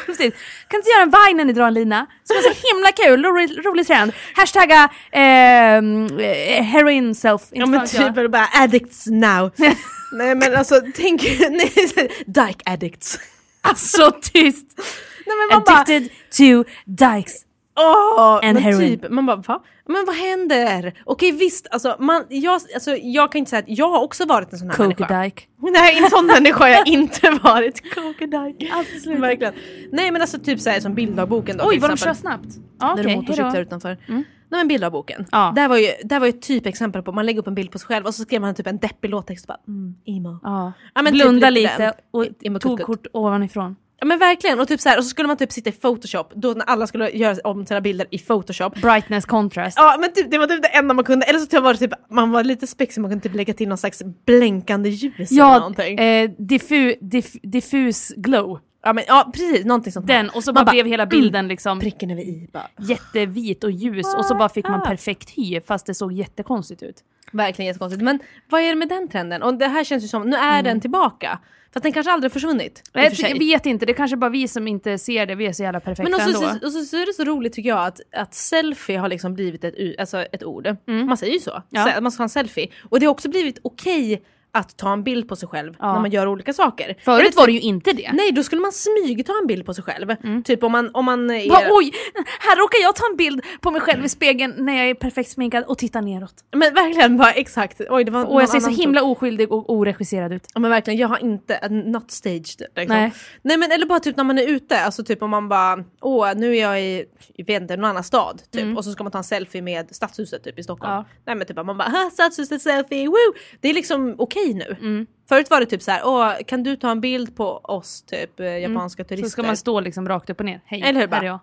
Precis. Kan inte göra en vine när ni drar en lina? Som är så himla kul, rolig, rolig trend. Hashtagga ehm, eh, heroin self. Ja men typ är det bara addicts now. nej men alltså tänk, nej, dyke addicts. Alltså tyst! Nej men man bara, Addicted to dykes. åh! and men heroin. typ, man bara va? Men vad händer? Okej visst, alltså, man, jag, alltså jag kan inte säga att jag har också varit en sån här människa. Coke-dyke. Nej en sån människa har jag inte varit. Kokadike. Alltså verkligen. Nej men alltså typ såhär som bilddagboken då Oj till vad de kör exempel. snabbt. Ja, när okej, du motorcyklar hejdå. Mm. utanför. Nej men bilddagboken. Ja. Där var ju, där var ju ett typexempel på, man lägger upp en bild på sig själv och så skrev man typ en deppig låttext och bara mm, emo. Ja. Ja, men typ Blunda lite lite och den. tog kort ovanifrån. Ja men verkligen, och, typ så här, och så skulle man typ sitta i photoshop, då när alla skulle göra om sina bilder i photoshop. Brightness contrast. Ja men typ, det var typ det enda man kunde, eller så typ var det typ, man var lite spexig, man kunde typ lägga till någon slags blänkande ljus eller Ja, någonting. eh, diffu, diff, diffus glow. ja men ja precis, någonting sånt. här. Den och så bara blev mm. hela bilden liksom pricken över i bara. jättevit och ljus och så bara fick Ah. man perfekt hy fast det såg jättekonstigt ut. Verkligen jättekonstigt. Men vad är det med den trenden? Och det här känns ju som, nu är den tillbaka. Fast den kanske aldrig har försvunnit. i och Jag, för tycker- sig. jag vet inte, det är kanske bara vi som inte ser det, vi är så jävla perfekta Men och ändå. så, och så, så är det så roligt tycker jag att, att selfie har liksom blivit ett, u- alltså ett ord. Man säger ju så. Mm. Ja. Så- Man ska ha en selfie. Och det har också blivit okej att ta en bild på sig själv när man gör olika saker. Eller Förut typ- var det ju Mm. inte det. Nej, då skulle man smygta en bild på sig själv. Typ om man, om man är... Bara, oj, här råkar jag ta en bild på mig själv i spegeln när jag är perfekt sminkad och tittar neråt. Men verkligen bara exakt. Oj, det var någon Och jag ser så annan himla oskyldig och oregisserad ut. Ja men verkligen, jag har inte, eh, not staged. Liksom. Nej. Nej. Nej men eller bara typ när man är ute, alltså typ om man bara, åh nu är jag i, jag vet inte, någon annan stad typ. Och så ska man ta en selfie med stadshuset typ i Stockholm. Mm. Ja. Nej men typ att man bara, "Ha, stadshuset selfie, woo! Det är liksom okej nu. Mm. Förut var det typ så här, åh kan du ta en bild på oss typ eh, japanska turister? Mm. Så ska man stå liksom rakt upp och ner. Hej, Eller hur, här bara? är jag.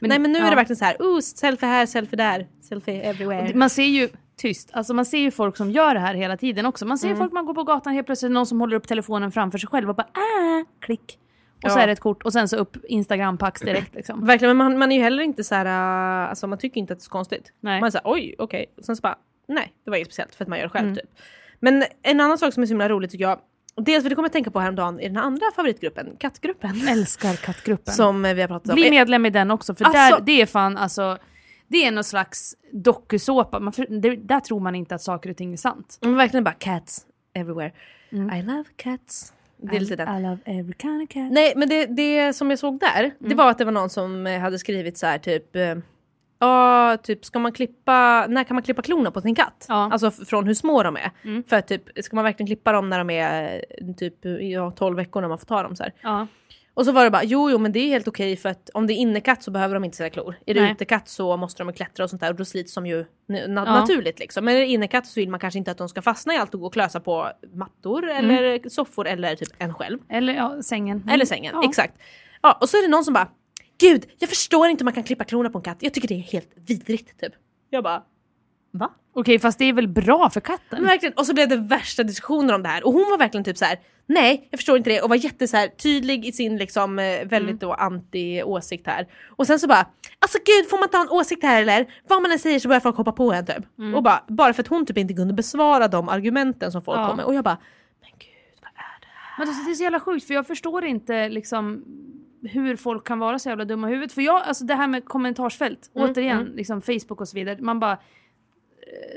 Nej men nu ja. är det verkligen så här, oh selfie här, selfie där, selfie everywhere. Man ser ju, tyst, alltså man ser ju folk som gör det här hela tiden också. Man ser Mm. folk man går på gatan helt plötsligt, någon som håller upp telefonen framför sig själv och bara ah, klick. Och så Ja. är det ett kort och sen så upp Instagram-pax direkt liksom. Verkligen, men man, man är ju heller inte så här, äh, alltså man tycker inte att det är så konstigt. Nej. Man är såhär, oj, okej. Och Sen så bara, nej, det var inget speciellt för att man gör det Mm. själv typ. Men en annan sak som är så himla rolig tycker jag, och dels för det kommer jag tänka på häromdagen i den andra favoritgruppen, kattgruppen. Älskar kattgruppen. Som eh, vi har pratat om. Bli medlem i den också för Alltså- där, det är fan alltså, det är någon slags dokusåpa. Man för, det, där tror man inte att saker och ting är sant. Men verkligen bara cats everywhere. I love cats. Det är lite den. Mm. I love every kind of cat. Nej men det, det som jag såg där, Mm. det var att det var någon som eh, hade skrivit så här typ eh, Ja, typ ska man klippa, när kan man klippa klorna på sin katt? Ja. Mm. Alltså f- från hur små de är. För att typ, ska man verkligen klippa dem när de är eh, typ ja, 12 veckor när man får ta dem så här. Ja. Och så var det bara, jo jo men det är helt okej för att om det är innekatt så behöver de inte sina klor. Är det Nej. utekatt så måste de ju klättra och sånt där och då slits de ju na- na- Ja. naturligt liksom. Men är det innekatt så vill man kanske inte att de ska fastna i allt och gå och klösa på mattor Mm. eller soffor eller typ en själv. Eller ja, sängen. Mm. Eller sängen, Ja. exakt. Ja, och så är det någon som bara Gud, jag förstår inte hur man kan klippa klorna på en katt. Jag tycker det är helt vidrigt typ. Jag bara Va? Okej, fast det är väl bra för katten? Men verkligen, och så blev det värsta diskussioner om det här och hon var verkligen typ så här: nej jag förstår inte det och var jätte så här, tydlig i sin liksom eh, väldigt Mm. då anti åsikt här. Och sen så bara, alltså gud får man inte ha en åsikt här eller? Vad man än säger så börjar folk hoppa på en typ. Mm. Och bara, bara för att hon typ inte kunde besvara de argumenten som folk Ja. kom med och jag bara, men gud vad är det? Men alltså, det är så jävla sjukt för jag förstår inte liksom hur folk kan vara så jävla dumma i huvudet. För jag, alltså det här med kommentarsfält, återigen, liksom Facebook och så vidare. Man bara, eh,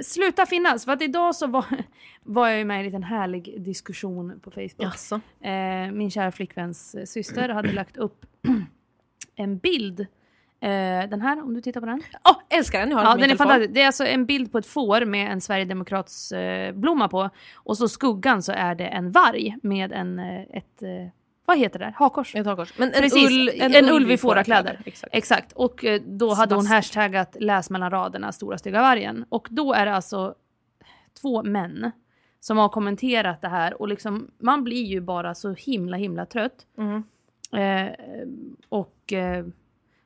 sluta finnas. För att idag så var, var jag ju med i en liten härlig diskussion på Facebook. Jaså? Eh, min kära flickväns eh, syster hade lagt upp en bild. Eh, den här, om du tittar på den. Åh älskar den, jag har Ja, i den är min telefon. fantastisk. Det är alltså en bild på ett får med en Sverigedemokrats eh, blomma på. Och så skuggan så är det en varg med en, eh, ett, eh, vad heter det? där? Hakkors? Ett hakkors. Men en Precis, ull, en, ulv i fårakläder. Exakt. Exakt. Och eh, då hade hon Smaskigt. hashtaggat läs mellan raderna stora stygga vargen. Och då är det alltså två män som har kommenterat det här och liksom man blir ju bara så himla himla trött. Mm. Eh, och eh, jag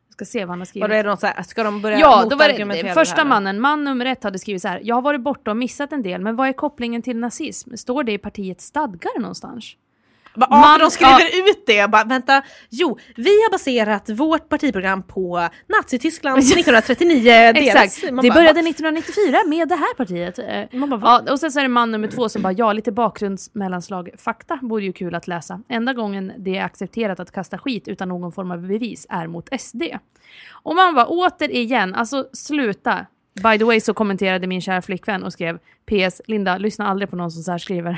ska se vad han har skrivit. Vadå är det något såhär, ska de börja Ja, då var det, motargumentera det här första nu? mannen, man nummer ett, hade skrivit så här. Jag har varit borta och missat en del, men vad är kopplingen till nazism? Står det i partiets stadgar någonstans? Bara, ah, Man- för de skriver ut det. Jag Bara, vänta, jo, vi har baserat vårt partiprogram på Nazityskland 1939. deras- Exakt. Man Det bara, började 1994 med det här partiet. Eh, Man bara, va? ja, och sen så är det man nummer två som bara, ja lite bakgrundsmellanslag, fakta vore ju kul att läsa. Enda gången det är accepterat att kasta skit utan någon form av bevis är mot SD. Och man bara, återigen, alltså sluta. By the way så kommenterade min kära flickvän och skrev PS, Linda, lyssna aldrig på någon som särskriver.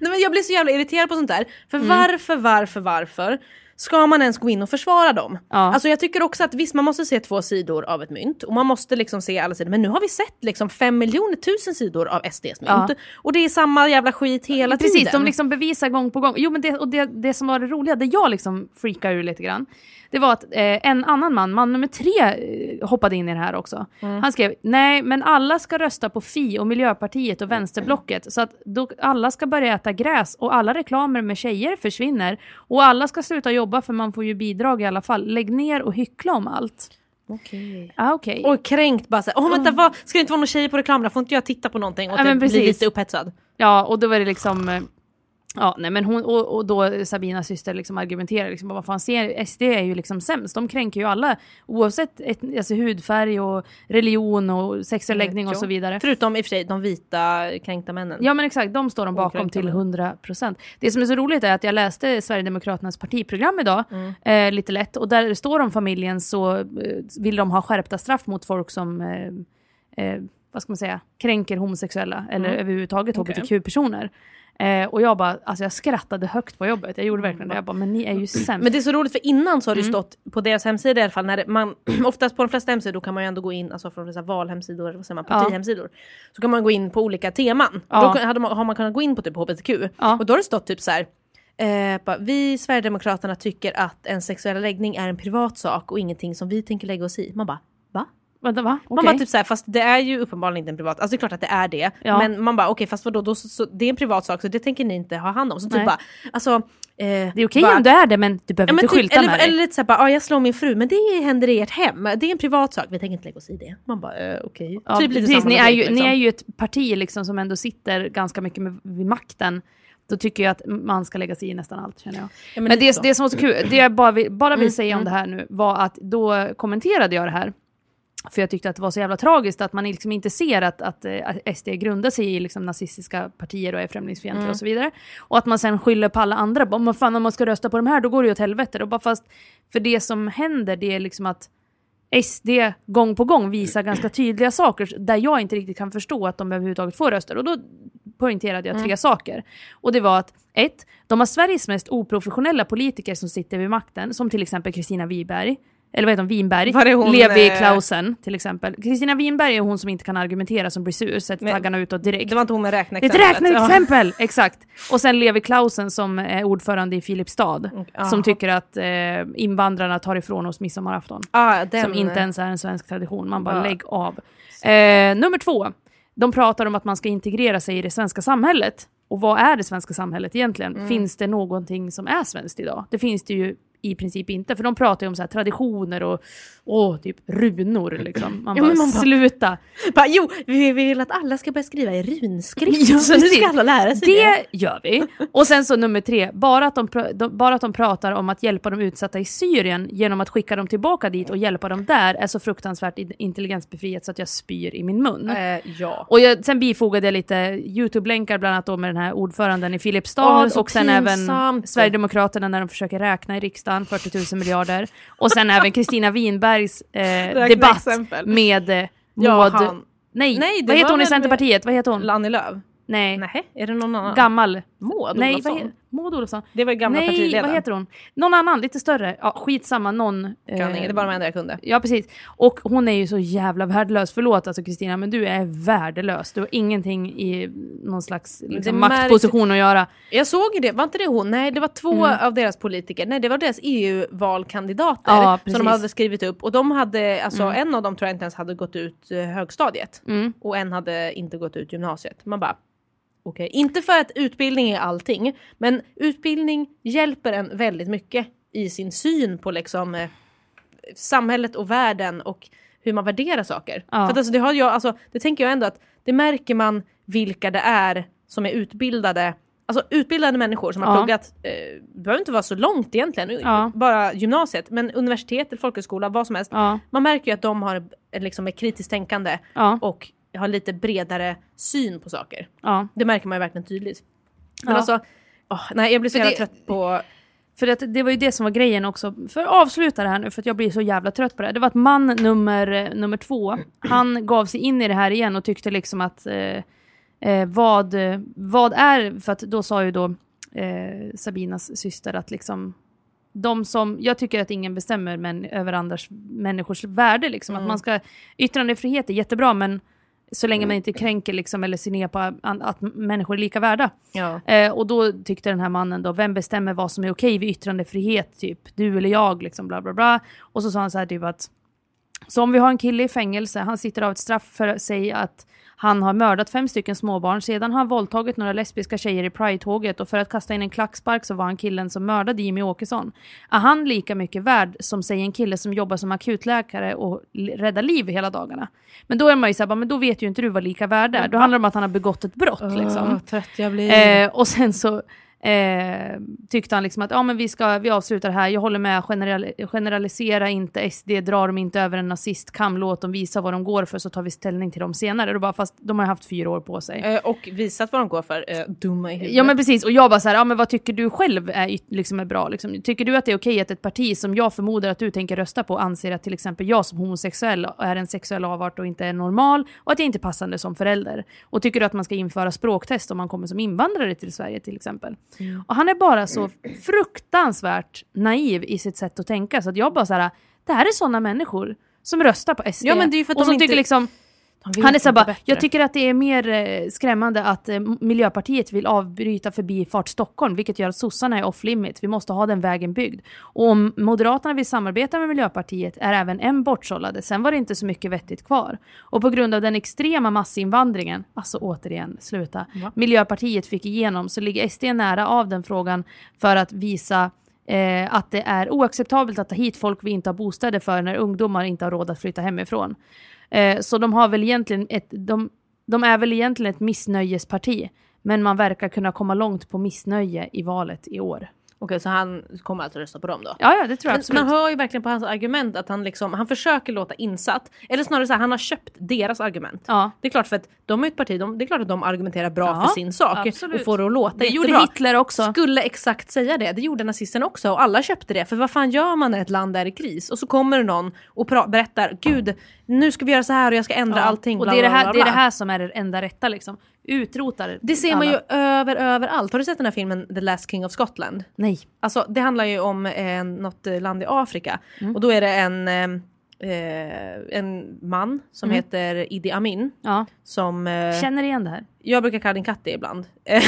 Nej, men jag blir så jävla irriterad på sånt där. För Mm. varför, varför, varför ska man ens gå in och försvara dem? Ja. Alltså jag tycker också att visst man måste se två sidor av ett mynt och man måste liksom se alla sidor men nu har vi sett liksom fem miljoner tusen sidor av SDs Ja. mynt och det är samma jävla skit hela tiden. Precis, de liksom bevisar gång på gång. Jo, men det, och det, det som var det roliga, det jag liksom freakade ur lite grann, det var att eh, en annan man, man nummer tre, eh, hoppade in i det här också. Han skrev, nej men alla ska rösta på Fi och Miljöpartiet och Vänsterblocket, så att då, alla ska börja äta gräs och alla reklamer med tjejer försvinner och alla ska sluta jobba för man får ju bidrag i alla fall. Lägg ner och hyckla om allt. Okej. Ah, okej. Och kränkt bara såhär, åh vänta vad, ska det inte vara någon tjej på reklamerna? Får inte jag titta på någonting? Och Mm. Ja, men typ bli precis. lite upphetsad. Ja, och då var det liksom... eh, Ja, nej, men hon, och, och då Sabinas syster liksom argumenterar liksom, vad fan ser SD är ju liksom sämst. De kränker ju alla oavsett ett, alltså, hudfärg och religion och sexuell läggning och Ja. så vidare. Förutom i och för sig de vita kränkta männen. Ja men exakt, de står de bakom Okränkta till män. 100%. Det som är så roligt är att jag läste Sverigedemokraternas partiprogram idag, Mm. eh, lite lätt, och där det står om familjen så eh, vill de ha skärpta straff mot folk som, eh, eh, vad ska man säga, kränker homosexuella eller Mm. överhuvudtaget hbtq-personer. Eh, och jag bara, alltså jag skrattade högt på jobbet, jag gjorde verkligen det. Jag bara, men ni är ju sämst. Mm. Men det är så roligt för innan så har det ju Mm. stått på deras hemsida i alla fall, när det- man, oftast på de flesta hemsidor kan man ju ändå gå in, alltså från dessa valhemsidor, vad säger man, Ja. partihemsidor. Så kan man gå in på olika teman. Ja. Då kun- hade man, har man kunnat gå in på typ hbtq. Ja. Och då har det stått typ så här. Eh, bara, vi Sverigedemokraterna tycker att en sexuell läggning är en privat sak och ingenting som vi tänker lägga oss i. Man bara, va? Vänta va? Man Okej. bara typ såhär, fast det är ju uppenbarligen inte en privat, alltså det är klart att det är det. Ja. Men man bara okej fast vadå, då, så, så, det är en privat sak så det tänker ni inte ha hand om. Så Nej. typ bara, alltså. Eh, det det är okej om du är det men du behöver Ja, men inte typ, skylta eller, med dig. eller lite såhär bara, ja jag slår min fru men det händer i ert hem, det är en privat sak, vi tänker inte lägga oss i det. Man bara eh, okej. Ja, precis. samma Ni är, ju, logik, liksom. ni är ju ett parti liksom som ändå sitter ganska mycket med, vid makten. Då tycker jag att man ska lägga sig i nästan allt känner jag. Ja, men lite så. Mm, det, det som var så kul, det jag bara vill, bara vill säga om det här nu var att då kommenterade jag det här. För jag tyckte att det var så jävla tragiskt att man liksom inte ser att, att, eh, att SD grundar sig i liksom nazistiska partier och är Mm. främlingsfientliga och så vidare. Och att man sen skyller på alla andra. Bara, "Men fan, om man ska rösta på de här då går det ju åt helvete. Och bara, fast, för det som händer det är liksom att SD gång på gång visar ganska tydliga saker där jag inte riktigt kan förstå att de överhuvudtaget får röster. Och då poängterade jag tre Mm. saker. Och det var att ett, De har Sveriges mest oprofessionella politiker som sitter vid makten, som till exempel Kristina Wiberg. Eller vad heter hon? Winberg? Var det hon, Levi eh, Klausen till exempel. Kristina Winberg är hon som inte kan argumentera, som blir sur, sätter Men- taggarna utåt direkt. Det var inte alltså. hon med Det är ett räkneexemplet. räkneexempel! Exakt. Och sen Levi Klausen som är ordförande i Filipstad, som Mm, aha. tycker tycker att eh, invandrarna tar ifrån oss midsommarafton ah, den, som inte ens är en svensk tradition. Man bara Ja. lägg av. Eh, nummer två. De pratar om att man ska integrera sig i det svenska Mm. samhället. Och vad är det svenska samhället egentligen? Finns det någonting som är svenskt idag? Det finns det ju i princip inte. För de pratar ju om så här traditioner och åh, typ runor liksom. Man Ja, bara, men man bara- sluta. Bara, jo, vi vill att alla ska börja skriva i runskrift. Ja, så nu precis. ska alla lära sig det. Det gör vi. Och sen så nummer tre, bara att, de, pr- de, bara att de pratar om att hjälpa de utsatta i Syrien genom att skicka dem tillbaka dit och hjälpa dem där är så fruktansvärt in- intelligensbefriat så att jag spyr i min mun. Eh, ja. Och jag, sen bifogade jag lite YouTube-länkar bland annat då med den här ordföranden i Åh, det Filipstad är så och sen även pinsamt. Sverigedemokraterna när de försöker räkna i riksdagen, 40 000 miljarder. Och sen även Kristina Winbergs eh, debatt exempel. med eh, Maud... Ja, han. Nej, Nej, det vad heter var hon i väl- Centerpartiet? Vad heter hon? Annie Lööf? Nej, Nej, är det någon annan? gammal. Maud Nej, Olofsson. vad he- Maud Olofsson. Det var ju gamla Nej, partiledaren. vad heter hon? Någon annan, lite större. Ja, skitsamma, någon. eh, Kan inget, det var de enda jag kunde. Ja precis. Och hon är ju så jävla värdelös. Förlåt alltså Kristina, men du är värdelös. Du har ingenting i någon slags liksom, märks- maktposition att göra. Jag såg ju det, var inte det hon? Nej det var två Mm. av deras politiker, nej det var deras EU-valkandidater Ja, som precis. de hade skrivit upp och de hade, alltså en av dem tror jag inte ens hade gått ut eh, högstadiet Mm. och en hade inte gått ut gymnasiet. Man bara okej, inte för att utbildning är allting men utbildning hjälper en väldigt mycket i sin syn på liksom eh, samhället och världen och hur man värderar saker. Ja. För att alltså, det, har jag, alltså, det tänker jag ändå att det märker man vilka det är som är utbildade Alltså utbildade människor som har Ja. pluggat, eh, det behöver inte vara så långt egentligen, Ja. bara gymnasiet, men universitet, eller folkhögskola, vad som helst. Ja, Man märker ju att de har, eh, liksom, är kritiskt tänkande ja, och har lite bredare syn på saker. ja. Det märker man ju verkligen tydligt. Men Ja. alltså, åh, nej jag blir så För jävla det- trött på... För att det var ju det som var grejen också. För att avsluta det här nu, för att jag blir så jävla trött på det. Det var att man nummer, eh, nummer två, han gav sig in i det här igen och tyckte liksom att eh, eh, vad, vad är, för att då sa ju då eh, Sabinas syster att liksom de som, jag tycker att ingen bestämmer men över andras människors värde liksom. Att man ska, yttrandefrihet är jättebra men så länge man inte kränker liksom eller ser ner på an, att människor är lika värda. Ja. Eh, och då tyckte den här mannen då, vem bestämmer vad som är okej vid yttrandefrihet? Typ du eller jag, liksom bla bla bla. Och så sa han så här typ att, så om vi har en kille i fängelse, han sitter av ett straff för sig att han har mördat fem stycken småbarn, sedan har han våldtagit några lesbiska tjejer i Pride-tåget och för att kasta in en klackspark så var han killen som mördade Jimmy Åkesson. Är han lika mycket värd som säger en kille som jobbar som akutläkare och l- räddar liv hela dagarna? Men då är man ju såhär, men då vet ju inte du vad lika värd är. Då handlar det om att han har begått ett brott liksom. Åh, trött jag blir. Eh, och sen så eh, tyckte han liksom att ja, men vi, ska, vi avslutar här, jag håller med, general, generalisera inte SD, dra dem inte över en nazistkam, låt dem visa vad de går för så tar vi ställning till dem senare. Då bara, fast de har haft fyra år på sig. Eh, och visat vad de går för, eh, dumma i huvudet. Ja men precis, och jag bara så här, ja men vad tycker du själv är, yt- liksom är bra? Liksom? Tycker du att det är okej att ett parti som jag förmodar att du tänker rösta på anser att till exempel jag som homosexuell är en sexuell avart och inte är normal och att jag inte är passande som förälder? Och tycker du att man ska införa språktest om man kommer som invandrare till Sverige till exempel? Mm. Och han är bara så fruktansvärt naiv i sitt sätt att tänka så att jag bara så här, det här är sådana människor som röstar på SD Ja, men det är ju för att och de som inte- tycker liksom De vet han är så här inte bara, bättre. jag tycker att det är mer eh, skrämmande att eh, Miljöpartiet vill avbryta Förbifart Stockholm, vilket gör att sossarna är off limit. Vi måste ha den vägen byggd. Och om Moderaterna vill samarbeta med Miljöpartiet är även en bortsållade. Sen var det inte så mycket vettigt kvar. Och på grund av den extrema massinvandringen, alltså återigen, sluta. Miljöpartiet fick igenom, så ligger SD nära av den frågan för att visa eh, att det är oacceptabelt att ta hit folk vi inte har bostäder för när ungdomar inte har råd att flytta hemifrån. Eh, så de har väl egentligen ett, de, de är väl egentligen ett missnöjesparti. Men man verkar kunna komma långt på missnöje i valet i år. Okej så han kommer alltså rösta på dem då? Ja, ja, det tror jag Men absolut. man hör ju verkligen på hans argument att han, liksom, han försöker låta insatt. Eller snarare så här, han har köpt deras argument. ja. Det är klart för att de är ett parti, de, det är klart att de argumenterar bra Ja, för sin sak absolut. och får det att låta Det gjorde jättebra. Hitler också. Skulle exakt säga det, det gjorde nazisterna också och alla köpte det. För vad fan gör man när ett land är i kris? Och så kommer någon och pra- berättar, gud nu ska vi göra så här och jag ska ändra Ja. allting. Och bla, det är det, bla, här, bla, det är det bla." här som är det enda rätta liksom. Utrotar Det ser man alla. ju över, överallt. Har du sett den här filmen The Last King of Scotland? Nej. Alltså det handlar ju om eh, något eh, land i Afrika Mm. och då är det en, eh, eh, en man som Mm. heter Idi Amin Ja. som eh, Känner igen det här. jag brukar kalla din katt det ibland.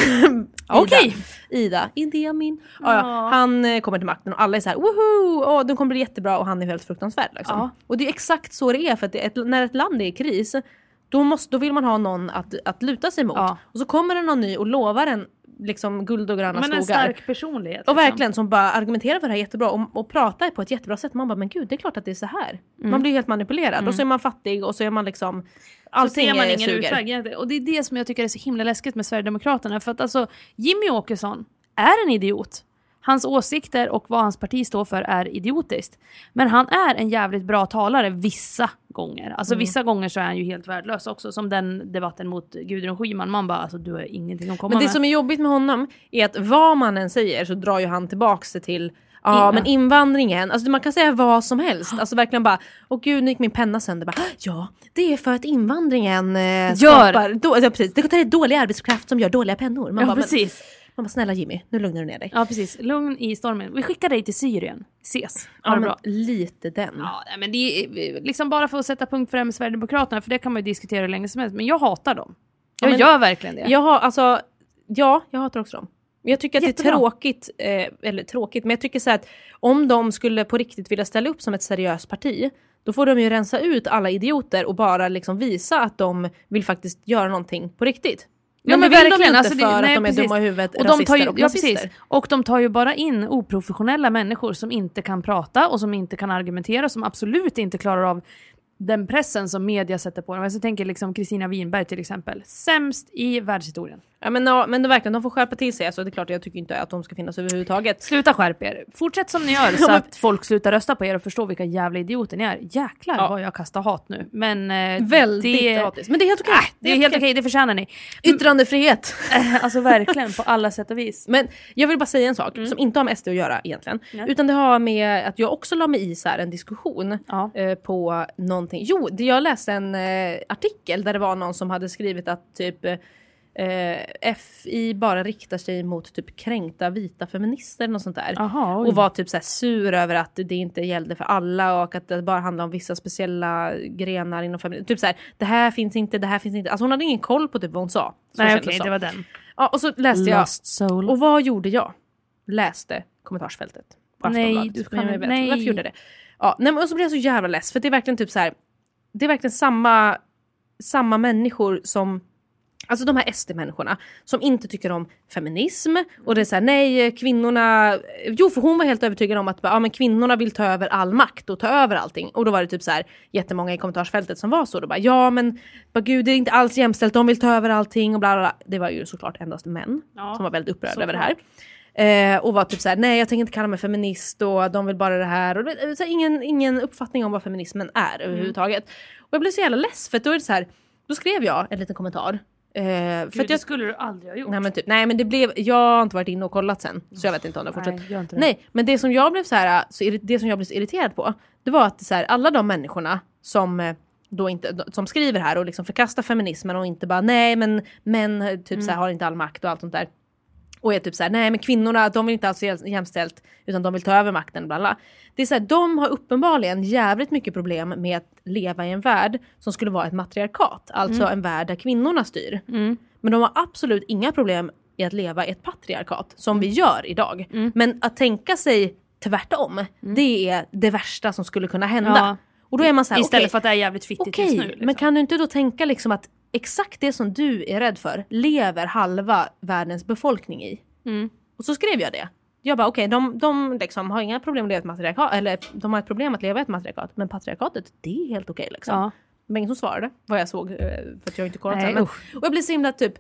Okej. Ida. Ida, Idi Amin. Ja, ja. Han eh, kommer till makten och alla är så här woho, oh, de kommer bli jättebra och han är helt fruktansvärd. Liksom. Ja. Och det är exakt så det är för att det är ett, när ett land är i kris då, måste, då vill man ha någon att, att luta sig mot. Ja. Och så kommer det någon ny och lovar en liksom guld och gröna Men en skogar. stark personlighet. Och verkligen som bara argumenterar för det här jättebra och, och pratar på ett jättebra sätt. Man bara, men gud det är klart att det är så här. Man blir helt manipulerad och så är man fattig och Mm. så är man liksom, allting Allting ser man är- ingen suger. utväg. egentligen. Och det är det som jag tycker är så himla läskigt med Sverigedemokraterna. För att alltså, Jimmy Åkesson är en idiot. Hans åsikter och vad hans parti står för är idiotiskt. Men han är en jävligt bra talare vissa gånger. Mm. Alltså vissa gånger så är han ju helt värdelös också. Som den debatten mot Gudrun Schyman. Man bara alltså du har ingenting att komma Men det med. som är jobbigt med honom är att vad man än säger så drar ju han tillbaks det till Ja men invandringen, alltså man kan säga vad som helst. Alltså verkligen bara, åh gud nu gick min penna sönder. Bara, "Ah, ja det är för att invandringen eh, skapar, då, ja, precis, det är dålig arbetskraft som gör dåliga pennor. Man, Ja bara, men- precis. man bara snälla Jimmy, nu lugnar du ner dig. Ja precis. Lugn i stormen. Vi skickar dig till Syrien. Ses. Ha Ja, det men bra. lite den. Ja, nej, men det är liksom bara för att sätta punkt för det här med Sverigedemokraterna, för det kan man ju diskutera hur länge som helst, men jag hatar dem. Jag men- gör verkligen det. Jag har alltså, ja jag hatar också dem. Men Jag tycker att det är Jättebra. tråkigt, eh, eller tråkigt, men jag tycker så här att om de skulle på riktigt vilja ställa upp som ett seriöst parti, då får de ju rensa ut alla idioter och bara liksom visa att de vill faktiskt göra någonting på riktigt. Ja, men det vill verkligen, de inte alltså, för det- nej, att de är precis. dumma i huvudet, och de rasister tar ju, och ja, nazister. precis. Och de tar ju bara in oprofessionella människor som inte kan prata och som inte kan argumentera, som absolut inte klarar av den pressen som media sätter på dem. Alltså, Jag tänker liksom Kristina Winberg till exempel, sämst i världshistorien. Ja, men, ja, men det, verkligen, de får skärpa till sig. Alltså, det är klart, jag tycker inte att de ska finnas överhuvudtaget. Sluta skärp er. Fortsätt som ni gör så att folk slutar rösta på er och förstår vilka jävla idioter ni är. Jäklar vad jag kastar hat nu. Men eh, Väldigt det, hatiskt. Men det är helt okej. Mm. Äh, Ah, det är helt okej, det förtjänar ni. Yttrandefrihet! Alltså verkligen på alla sätt och vis. Men jag vill bara säga Mm. en sak som inte har med SD att göra egentligen. Utan det har med att jag också la mig i så här en diskussion Ja. eh, på någonting. Jo, det- jag läste en eh, artikel där det var någon som hade skrivit att typ eh, eh, FI bara riktar sig mot typ kränkta vita feminister och sånt där. Aha, Ah, oj. och var typ så här sur över att det inte gällde för alla och att det bara handlade om vissa speciella grenar inom feminism. Typ så här, det här finns inte, det här finns inte. Alltså hon hade ingen koll på typ vad hon sa. Så Nej kändes okej, som. det var den. Ja, och så läste jag. Lost soul. Och vad gjorde jag? Läste kommentarsfältet. På Nej, Aftonbladet. du Men jag kan- vet, nej. Varför gjorde jag det? Ja, nej, men och så blev jag så jävla less för det är verkligen typ så här. Det är verkligen samma, samma människor som Alltså de här SD-människorna som inte tycker om feminism och det är såhär nej kvinnorna, jo för hon var helt övertygad om att ja, men kvinnorna vill ta över all makt och ta över allting och då var det typ så här jättemånga i kommentarsfältet som var så då bara ja men bara, gud det är inte alls jämställt, de vill ta över allting och bla bla, bla. Det var ju såklart endast män Ja, som var väldigt upprörda såklart. över det här. Eh, och var typ såhär, nej jag tänker inte kalla mig feminist och de vill bara det här. Och, eh, så här, ingen, ingen uppfattning om vad feminismen är Mm. överhuvudtaget. Och jag blev så jävla less för att då är det så här, då skrev jag en liten kommentar. Eh, för Gud, att det jag, skulle du aldrig ha gjort. nej, men typ, nej men det blev, jag har inte varit inne och kollat sen. Så jag vet inte om det har fortsatt. Nej, gör inte det. Nej, men det som jag blev så här, så irri- det som jag blev så irriterad på, det var att så här, alla de människorna som eh, då inte, som skriver här och liksom förkastar feminismen och inte bara nej men män eh, typ Mm. så här, har inte all makt och allt sånt där. Och är typ såhär, nej men kvinnorna de vill inte alls jäm- jämställt utan de vill ta över makten bla bla. Det är såhär, de har uppenbarligen jävligt mycket problem med att leva i en värld som skulle vara ett matriarkat. Alltså Mm. en värld där kvinnorna styr. Men de har absolut inga problem i att leva i ett patriarkat som vi gör idag. Mm. Men att tänka sig tvärtom, det är det värsta som skulle kunna hända. Ja. Och då är man såhär, Istället okej, för att det är jävligt fittigt Okej, just nu. Liksom. men kan du inte då tänka liksom att exakt det som du är rädd för lever halva världens befolkning i? Mm. Och så skrev jag det. Jag bara okej, de, de liksom har inga problem att leva i ett matriarkat, eller de har ett problem att leva i ett matriarkat, men patriarkatet det är helt okej liksom. Ja. Det var ingen som svarade vad jag såg eh, för att jag inte kollat Nej, sen. Men, usch. och jag blir så himla typ,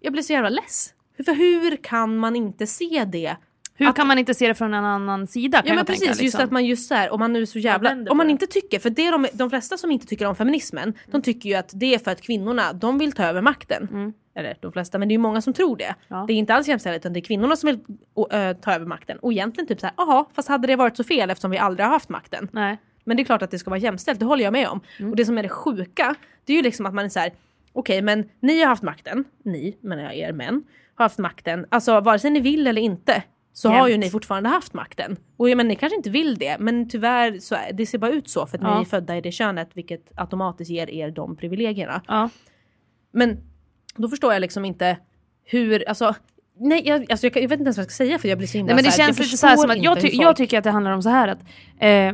jag blir så jävla less. Hur- För hur kan man inte se det? Hur kan man inte se det från en annan sida? Kan Ja men jag precis, tänka, just liksom. att man just så här, om man nu är så jävla, vänder på om man det. Mm. inte tycker, för det är de, de flesta som inte tycker om feminismen, de tycker ju att det är för att kvinnorna, de vill ta över makten. Eller de flesta, men det är ju många som tror det. Ja. Det är inte alls jämställt utan det är kvinnorna som vill och, ö, ta över makten. Och egentligen typ så här, aha, fast hade det varit så fel eftersom vi aldrig har haft makten. Nej. Men det är klart att det ska vara jämställt, det håller jag med om. Mm. Och det som är det sjuka, det är ju liksom att man är så här. okej men ni har haft makten, ni menar jag er män, har haft makten, alltså vare sig ni vill eller inte så har ju Jämt. ni fortfarande haft makten. Och jag menar, ni kanske inte vill det men tyvärr så är, det ser bara ut så för att Ja. ni är födda i det könet vilket automatiskt ger er de privilegierna. Ja. Men då förstår jag liksom inte hur, alltså Nej jag, alltså jag, kan- jag vet inte ens vad jag ska säga för jag blir så Nej, himla men det så här, känns lite så alltså, jag här förstår som att jag, inte ty- hur jag folk- tycker att det handlar om så här att eh,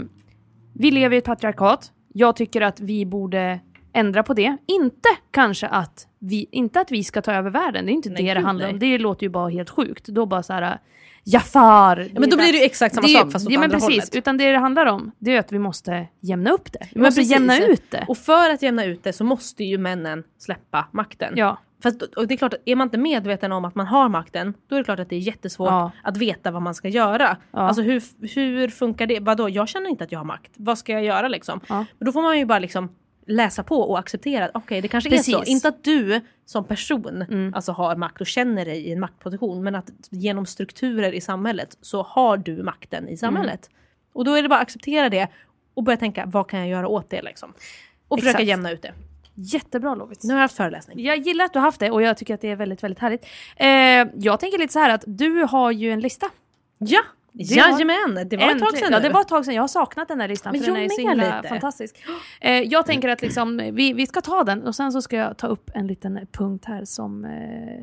vi lever i ett patriarkat. Jag tycker att vi borde ändra på det. Inte kanske att vi, inte att vi ska ta över världen, det är inte Nej, det det gud, handlar om. nej. Det låter ju bara helt sjukt. Då bara så här, Jafar! Ja, men då blir det ju exakt samma det, sak fast åt ja, men andra precis. hållet. Utan det det handlar om, det är att vi måste jämna upp det. Vi Men måste precis. jämna ut det. Och för att jämna ut det så måste ju männen släppa makten. Ja. Fast, och det är klart att är man inte medveten om att man har makten, då är det klart att det är jättesvårt Ja. att veta vad man ska göra. Ja. Alltså hur, hur funkar det? Vadå, jag känner inte att jag har makt. Vad ska jag göra liksom? Ja. Men då får man ju bara liksom läsa på och acceptera att okej det kanske är så. Precis. Mm. Inte att du som person alltså, har makt och känner dig i en maktposition men att genom strukturer i samhället så har du makten i samhället. Mm. Och då är det bara att acceptera det och börja tänka vad kan jag göra åt det liksom. Och försöka Exakt. jämna ut det. Jättebra Lovits. Nu har jag haft föreläsning. Jag gillar att du har haft det och jag tycker att det är väldigt, väldigt härligt. Eh, jag tänker lite så här att du har ju en lista. Ja! var- Jajamän! Det var ett tag Äntligen. sedan Ja, nu. det var ett tag sedan. Jag har saknat den här listan Men för den är jag ju så med himla lite. fantastisk. Eh, jag tänker att liksom, vi, vi ska ta den och sen så ska jag ta upp en liten punkt här som eh,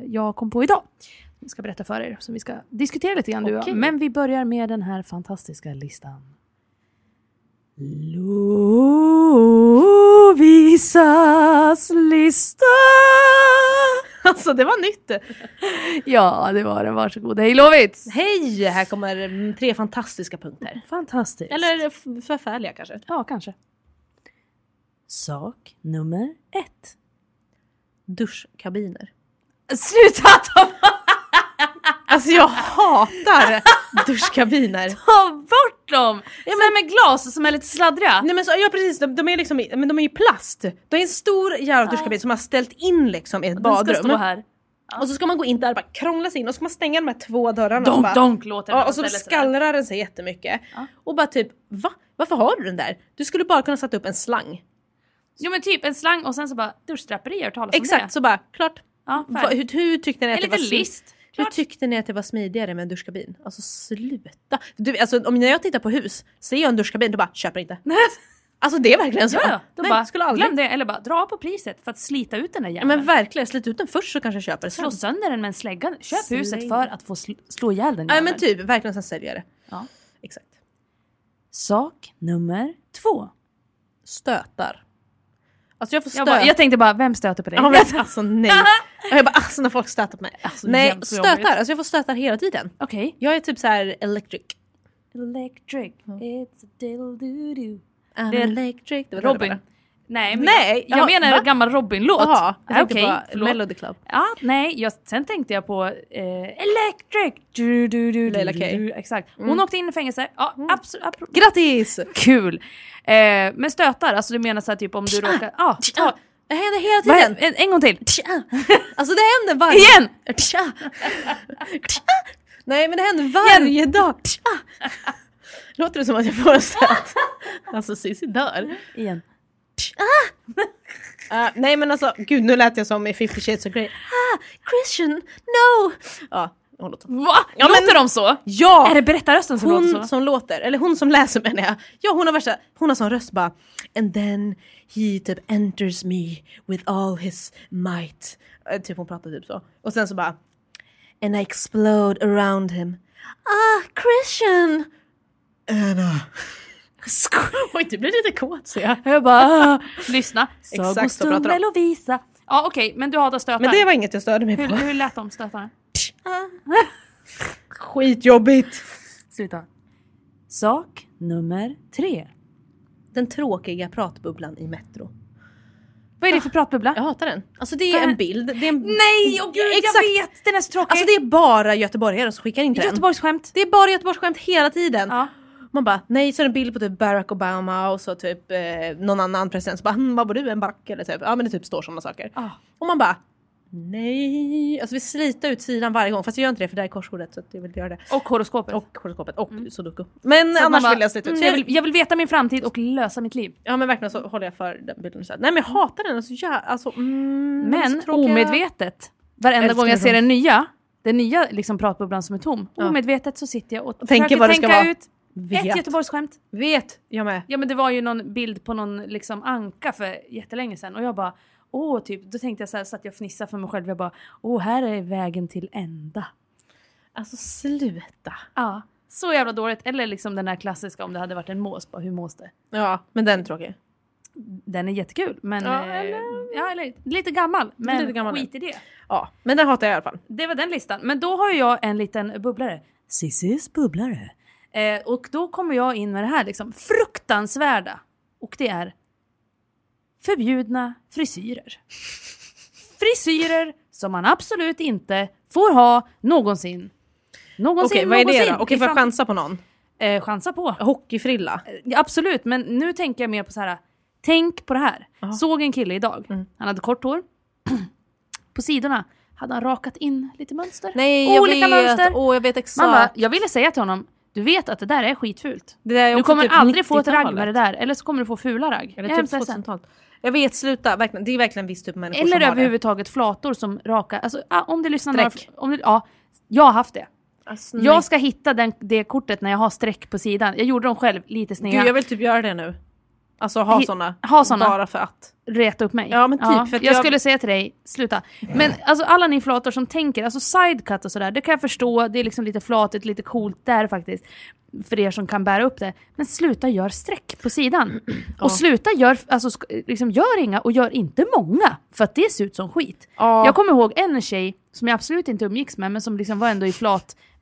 jag kom på idag. Jag ska berätta för er som vi ska diskutera lite grann du och Okej. jag. Men vi börjar med den här fantastiska listan. Lovisas lista! Alltså det var nytt! Ja, det var den. Varsågod. Hej Lovits! Hej! Här kommer mm, tre fantastiska punkter. Fantastiskt. Eller f- förfärliga kanske. Ja, kanske. Sak nummer ett. Duschkabiner. Sluta ta, Alltså jag hatar duschkabiner. ta bort dem! Ja, men med glas som är lite sladdriga. Nej men så, ja precis, de, de är liksom, i- men de är ju plast. Det är en stor jävla duschkabin som har ställt in liksom i ett Den ska stå badrum. här. Och så ska man gå in där och bara krångla sig in och så ska man stänga de här två dörrarna. och Donk, bara, donk låter Ja, den och så ställa sig där. skallrar den sig jättemycket. Och bara typ, va? Varför har du den där? Du skulle bara kunna sätta upp en slang. Jo men typ en slang och sen så bara duschdraperier och talas om Exakt, det. så bara klart. Ja, Va, färdigt. hur, hur tyckte ni att En det var liten smi- list. Hur Klart. tyckte ni att det var smidigare med en duschkabin? Alltså sluta! Du, alltså, om när jag tittar på hus, ser jag en duschkabin då bara köper inte. Alltså det är verkligen så. Ja, ja. Då Nej, bara, skulle aldrig. glöm det. Eller bara dra på priset för att slita ut den där Ja, jäveln. men verkligen, slit ut den först så kanske jag köper Slå sen. sönder den med en slägga. Köp Släng. huset för att få sl- slå ihjäl den Nej jäveln. men typ, verkligen sen säljer jag det. Ja. Exakt. Sak nummer två. Stötar. Alltså jag får stöt. Jag, bara, jag tänkte bara, vem stöter på dig? Ja, men, alltså nej. Och jag bara alltså när folk stöter på mig. Alltså, nej, jämt så jobbigt. stötar. Alltså jag får stötar hela tiden. Okej. Jag är typ så här electric. Electric, it's a diddle-doo-doo. I'm Det- electric. Det var Robin. det Nej, men Nej, jag, jaha, jag menar va? gammal Robin-låt. Ah, Jaha, jag tänkte Okej, bara förlåt. Melody Club. Ja, nej, jag, sen tänkte jag på eh, Electric. Du, du, du, Leila du, K. Mm. du, du, Exakt. Hon åkte in i fängelse. Ja, absolut. apro- Grattis! Kul! Eh, men stötar, alltså du menar såhär typ om du råkar... Ja, Ja, ja. det händer hela Vad tiden. händer? en, en gång till! Alltså det händer varje... Igen! Tja. Tja. Nej men det händer varje dag. Tja. Låter det som att jag får en stöt? Alltså Cissi dör. Igen. Eh, nej men alltså gud nu lät jag som i 50 shades of Grey. Ah, Christian, no! Ja, hon låter. Va? låter de så? Ja! Är det berättarrösten som hon låter så? som låter, eller hon som läser menar jag. Ja hon har värsta, hon har sån röst bara And then he typ enters me with all his might. Eh, Typ hon pratar typ så. Och sen så bara And I explode around him. Ah Christian! Anna. Oj du blir lite kåt ser jag. Jag bara, ah, lyssna. Exakt så pratar de. Sagostund Lovisa. Ja okej, men du hatar stötar. Men det var inget jag störde mig hur, på. hur lät de stötarna? Skitjobbigt! Sluta. Sak nummer tre. Den tråkiga pratbubblan i Metro. Vad är det för pratbubbla? Jag hatar den. Alltså det är en bild. Det är en... Nej, åh gud Exakt. jag vet! Den är så tråkig. Alltså det är bara göteborgare som skickar in den. Göteborgsskämt. Det är bara göteborgsskämt hela tiden. Ja. Man bara nej så är det en bild på typ Barack Obama och så typ eh, någon annan president så bara hm, vad var du en Barack eller typ. Ja men det typ står sådana saker. Ah. Och man bara nej. Alltså vi slitar ut sidan varje gång fast jag gör inte det för det här är korsordet så att jag vill inte göra det. Och horoskopet. Och horoskopet och sudoku. Men Så att man annars bara, vill jag slita ut. Mm, Så jag, vill, jag vill veta min framtid och lösa mitt liv. Ja men verkligen så håller jag för den bilden. Så här, nej men jag hatar den. Alltså, jag, alltså, mm, den är Men så tråkiga. omedvetet, varenda Älskar gång jag det. ser den nya, den nya liksom pratbubblan som är tom, omedvetet så sitter jag och Tänker försöker vad det ska tänka vara. ut ett Vet. göteborgsskämt. Vet jag med. Ja men det var ju någon bild på någon liksom anka för jättelänge sedan och jag bara Åh, typ, då tänkte jag så här, så att jag fnissade för mig själv. Jag bara, åh, här är vägen till ända. Alltså sluta. Ja, så jävla dåligt. Eller liksom den här klassiska om det hade varit en mås, bara hur mås det? Ja men den är tråkig. Den är jättekul, men... Ja, eh, eller- ja, eller lite gammal, men Lite gammal. skit i det. Ja, men den hatar jag i alla fall. Det var den listan. Men då har ju jag en liten bubblare. Cissis bubblare. Eh, och då kommer jag in med det här liksom fruktansvärda. Och det är förbjudna frisyrer. Frisyrer som man absolut inte får ha någonsin. Någonsin, Okej, vad är det någonsin. då? Okej, får jag Ifall- chansa på någon? eh, chansa på. Hockeyfrilla? Ja, absolut, men nu tänker jag mer på så här. Tänk på det här. Såg en kille idag. Mm. Han hade kort hår. på sidorna hade han rakat in lite mönster. Olika mönster. Åh, jag vet exakt. Man bara, jag ville säga till honom, du vet att det där är skitfult. Det där Du är också kommer typ aldrig få ett ragg 90-talet. med det där, eller så kommer du få fula ragg. Jag är Eller typ hemskt ledsen. 2000-talet. Jag vet, sluta. Verkligen, det är verkligen en viss typ av människor Eller som har det. överhuvudtaget flator som raka, alltså ah, om det lyssnar några- Streck. om det, ja, jag har haft det. Alltså, Jag ska hitta den, det kortet när jag har streck på sidan. Jag gjorde dem själv, lite nej. sneda. Gud, jag vill typ göra det nu. Alltså ha Hi- såna. ha såna. Bara för att. Reta upp mig. Ja, men typ, för jag, att jag- skulle säga till dig, sluta. Men alltså alla ni flator som tänker, alltså sidecut och sådär, det kan jag förstå, det är liksom lite flatigt, lite coolt där faktiskt. För er som kan bära upp det. Men sluta gör streck på sidan. Och sluta gör, alltså sk- liksom gör inga och gör inte många. För att det ser ut som skit. Ja. Jag kommer ihåg en tjej som jag absolut inte umgicks med, men som liksom var ändå i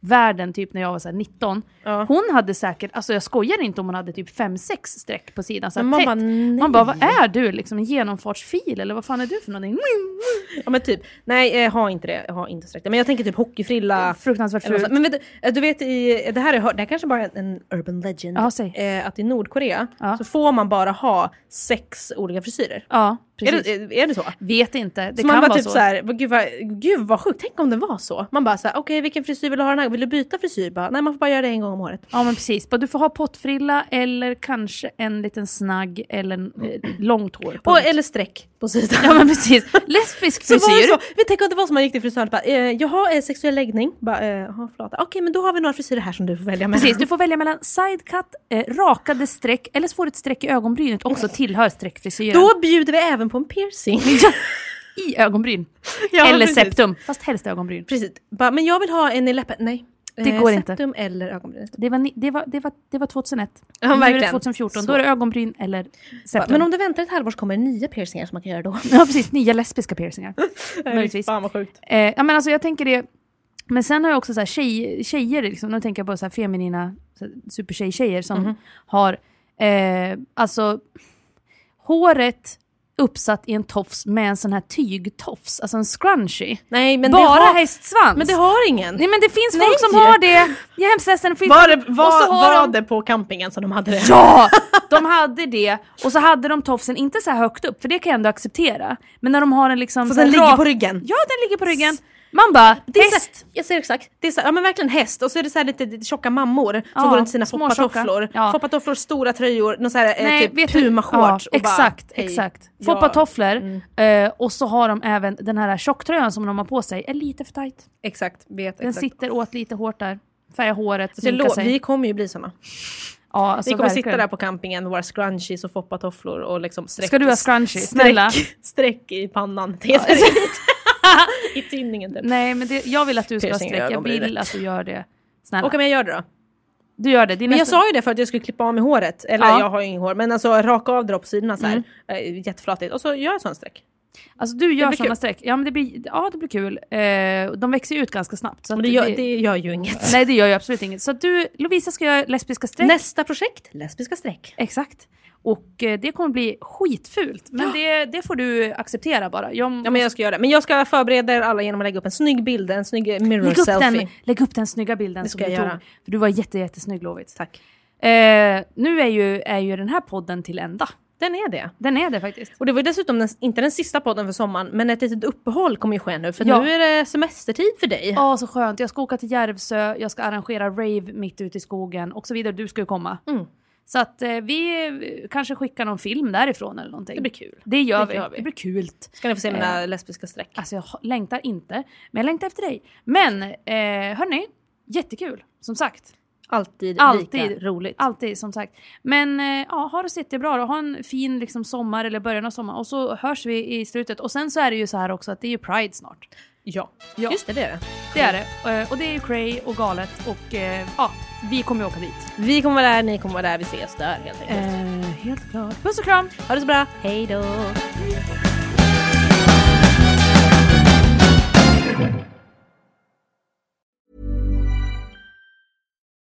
flatvärlden typ när jag var så här 19. Ja. Hon hade säkert, alltså jag skojar inte om hon hade typ 5-6 streck på sidan. Så här Men man tätt. bara, nej. man bara, vad är du? Liksom en genomfartsfil eller vad fan är du för någonting? Ja men typ. Nej, eh, ha inte det. Ha inte sträckt. Men jag tänker typ hockeyfrilla. Fruktansvärt Eller något fult. sånt. Men vet, du- eh, du vet, i, det här, är, det här kanske bara är en urban legend. Ja, säg. Eh, att i Nordkorea Ja. så får man bara ha sex olika frisyrer. Ja, Är precis. det, är- är det så? Vet inte, det så kan man bara vara typ så. så här, gud vad, gud vad sjukt, tänk om det var så. Man bara såhär, okej vilken frisyr vill du ha den här Vill du byta frisyr? Bara, Nej man får bara göra det en gång om året. Ja men precis, Bara du får ha pottfrilla eller kanske en liten snagg eller en, eh, långt hår. På Och, eller streck på sidan. ja men precis, lesbisk Så var det frisyr. så. Men tänk om det var så man gick till frisören och bara, eh, jaha eh, sexuell läggning. Bara, eh, jaha, flata. Okej men då har vi några frisyrer här som du får välja mellan. Precis, du får välja mellan sidecut, eh, rakade streck eller så får du ett streck i ögonbrynet också tillhör streckfrisyren. Då bjuder vi även på en piercing. I ögonbryn. Ja, eller precis. septum, fast helst ögonbryn. Precis. Bara, men jag vill ha en i läppen. Nej. Eh, Det går inte. septum eller ögonbrynet. Det var, ni- det var, det var, det var 2001. Ja, nu är det verkligen. 2014, Så. då är det ögonbryn eller Bara, septum. Men om du väntar ett halvår så kommer det nya piercingar som man kan göra då. Ja precis, nya lesbiska piercingar. Möjligtvis. Fan vad sjukt. Eh, ja men alltså jag tänker det, men sen har jag också så här tjej, tjejer, liksom, nu tänker jag på så här feminina så här supertjej-tjejer som Mhm. har, eh, alltså håret uppsatt i en tofs med en sån här tygtofs, alltså en scrunchie. Nej men Bara det har... hästsvans! Men det har ingen. Nej men det finns Nej. folk som har det! Jag är hemskt ledsen, det finns- Var, det, Och så var, har var de- det på campingen som de hade det? Ja! De hade det och så hade de tofsen inte så här högt upp för det kan jag ändå acceptera. Men när de har den liksom... Så här den ligger rak- på ryggen? Ja den ligger på ryggen. Man bara, Det är så- häst! Jag ser exakt. Det är så, ja men verkligen häst och så är det så här lite, lite tjocka mammor som Ja, går runt i sina små foppatofflor. tjocka. Ja. Foppatofflor, stora tröjor, någon så här, eh, typ vet du- pumashorts. Ja, och bara, exakt, hej. exakt. Ja. Mm. Foppatofflor. eh, och så har de även den här tjocktröjan som de har på sig, är lite för tajt. Exakt, vet Den exakt. sitter åt lite hårt där. Färgar håret, Så jag sminkar lo- sig. vi kommer ju bli såna. ja, alltså, vi kommer verkligen. sitta där på campingen med våra scrunchies och foppatofflor och liksom streck. Ska du ha scrunchie? streck- Snälla. Streck i pannan. Det är I tinningen typ. Nej men det, jag vill att du ska ha Piercing i streck, jag vill ögonbrynet. att du gör det. Snälla. Okej men jag gör det då. Du gör det, det är Men jag nästa- sa ju det för att jag skulle klippa av mig håret. Eller Ja. jag har ju inget hår men alltså raka av det på sidorna så här. Eh, Jätteflatigt. Och så gör jag ett sånt streck. Alltså du gör blir sådana kul. streck. Ja men det blir, ja, det blir kul. Eh, de växer ju ut ganska snabbt. Så att Men det gör, det gör ju inget. Nej det gör ju absolut inget. Så att du, Lovisa ska göra lesbiska streck. Nästa projekt, lesbiska streck. Exakt. Och eh, det kommer bli skitfult. Men det, det får du acceptera bara. Jag, Ja men jag ska göra det. Men jag ska förbereda er alla genom att lägga upp en snygg bild, en snygg mirror lägg, upp selfie. den, lägg upp den snygga bilden Det som ska du jag tog. göra. För du var jätte, jättesnygg Lovits. Tack. Eh, nu är ju, är ju den här podden till ända. Den är det. Den är det faktiskt. Och det var ju dessutom den, inte den sista podden för sommaren men ett litet uppehåll kommer ju ske nu för Ja. nu är det semestertid för dig. Ja, så skönt. Jag ska åka till Järvsö, jag ska arrangera rave mitt ute i skogen och så vidare. Du ska ju komma. Mm. Så att eh, vi eh, kanske skickar någon film därifrån eller någonting. Det blir kul. Det gör, Det vi. gör vi. Det blir kul. Ska ni få se mina lesbiska streck. Alltså jag h- längtar inte, men jag längtar efter dig. Men eh, hörni, jättekul. Som sagt. Alltid, lika Alltid. roligt. Alltid, som sagt. Men eh, ja, ha det så jättebra då. Ha en fin liksom, sommar eller början av sommar och så hörs vi i slutet. Och sen så är det ju så här också att det är ju Pride snart. Ja. Ja. just det, det är det. Det är det. Eh, Och det är ju cray och galet och eh, ja, vi kommer ju åka dit. Vi kommer vara där, ni kommer vara där, vi ses där helt enkelt. Eh, helt klart. Puss och kram! Ha det så bra, hej då!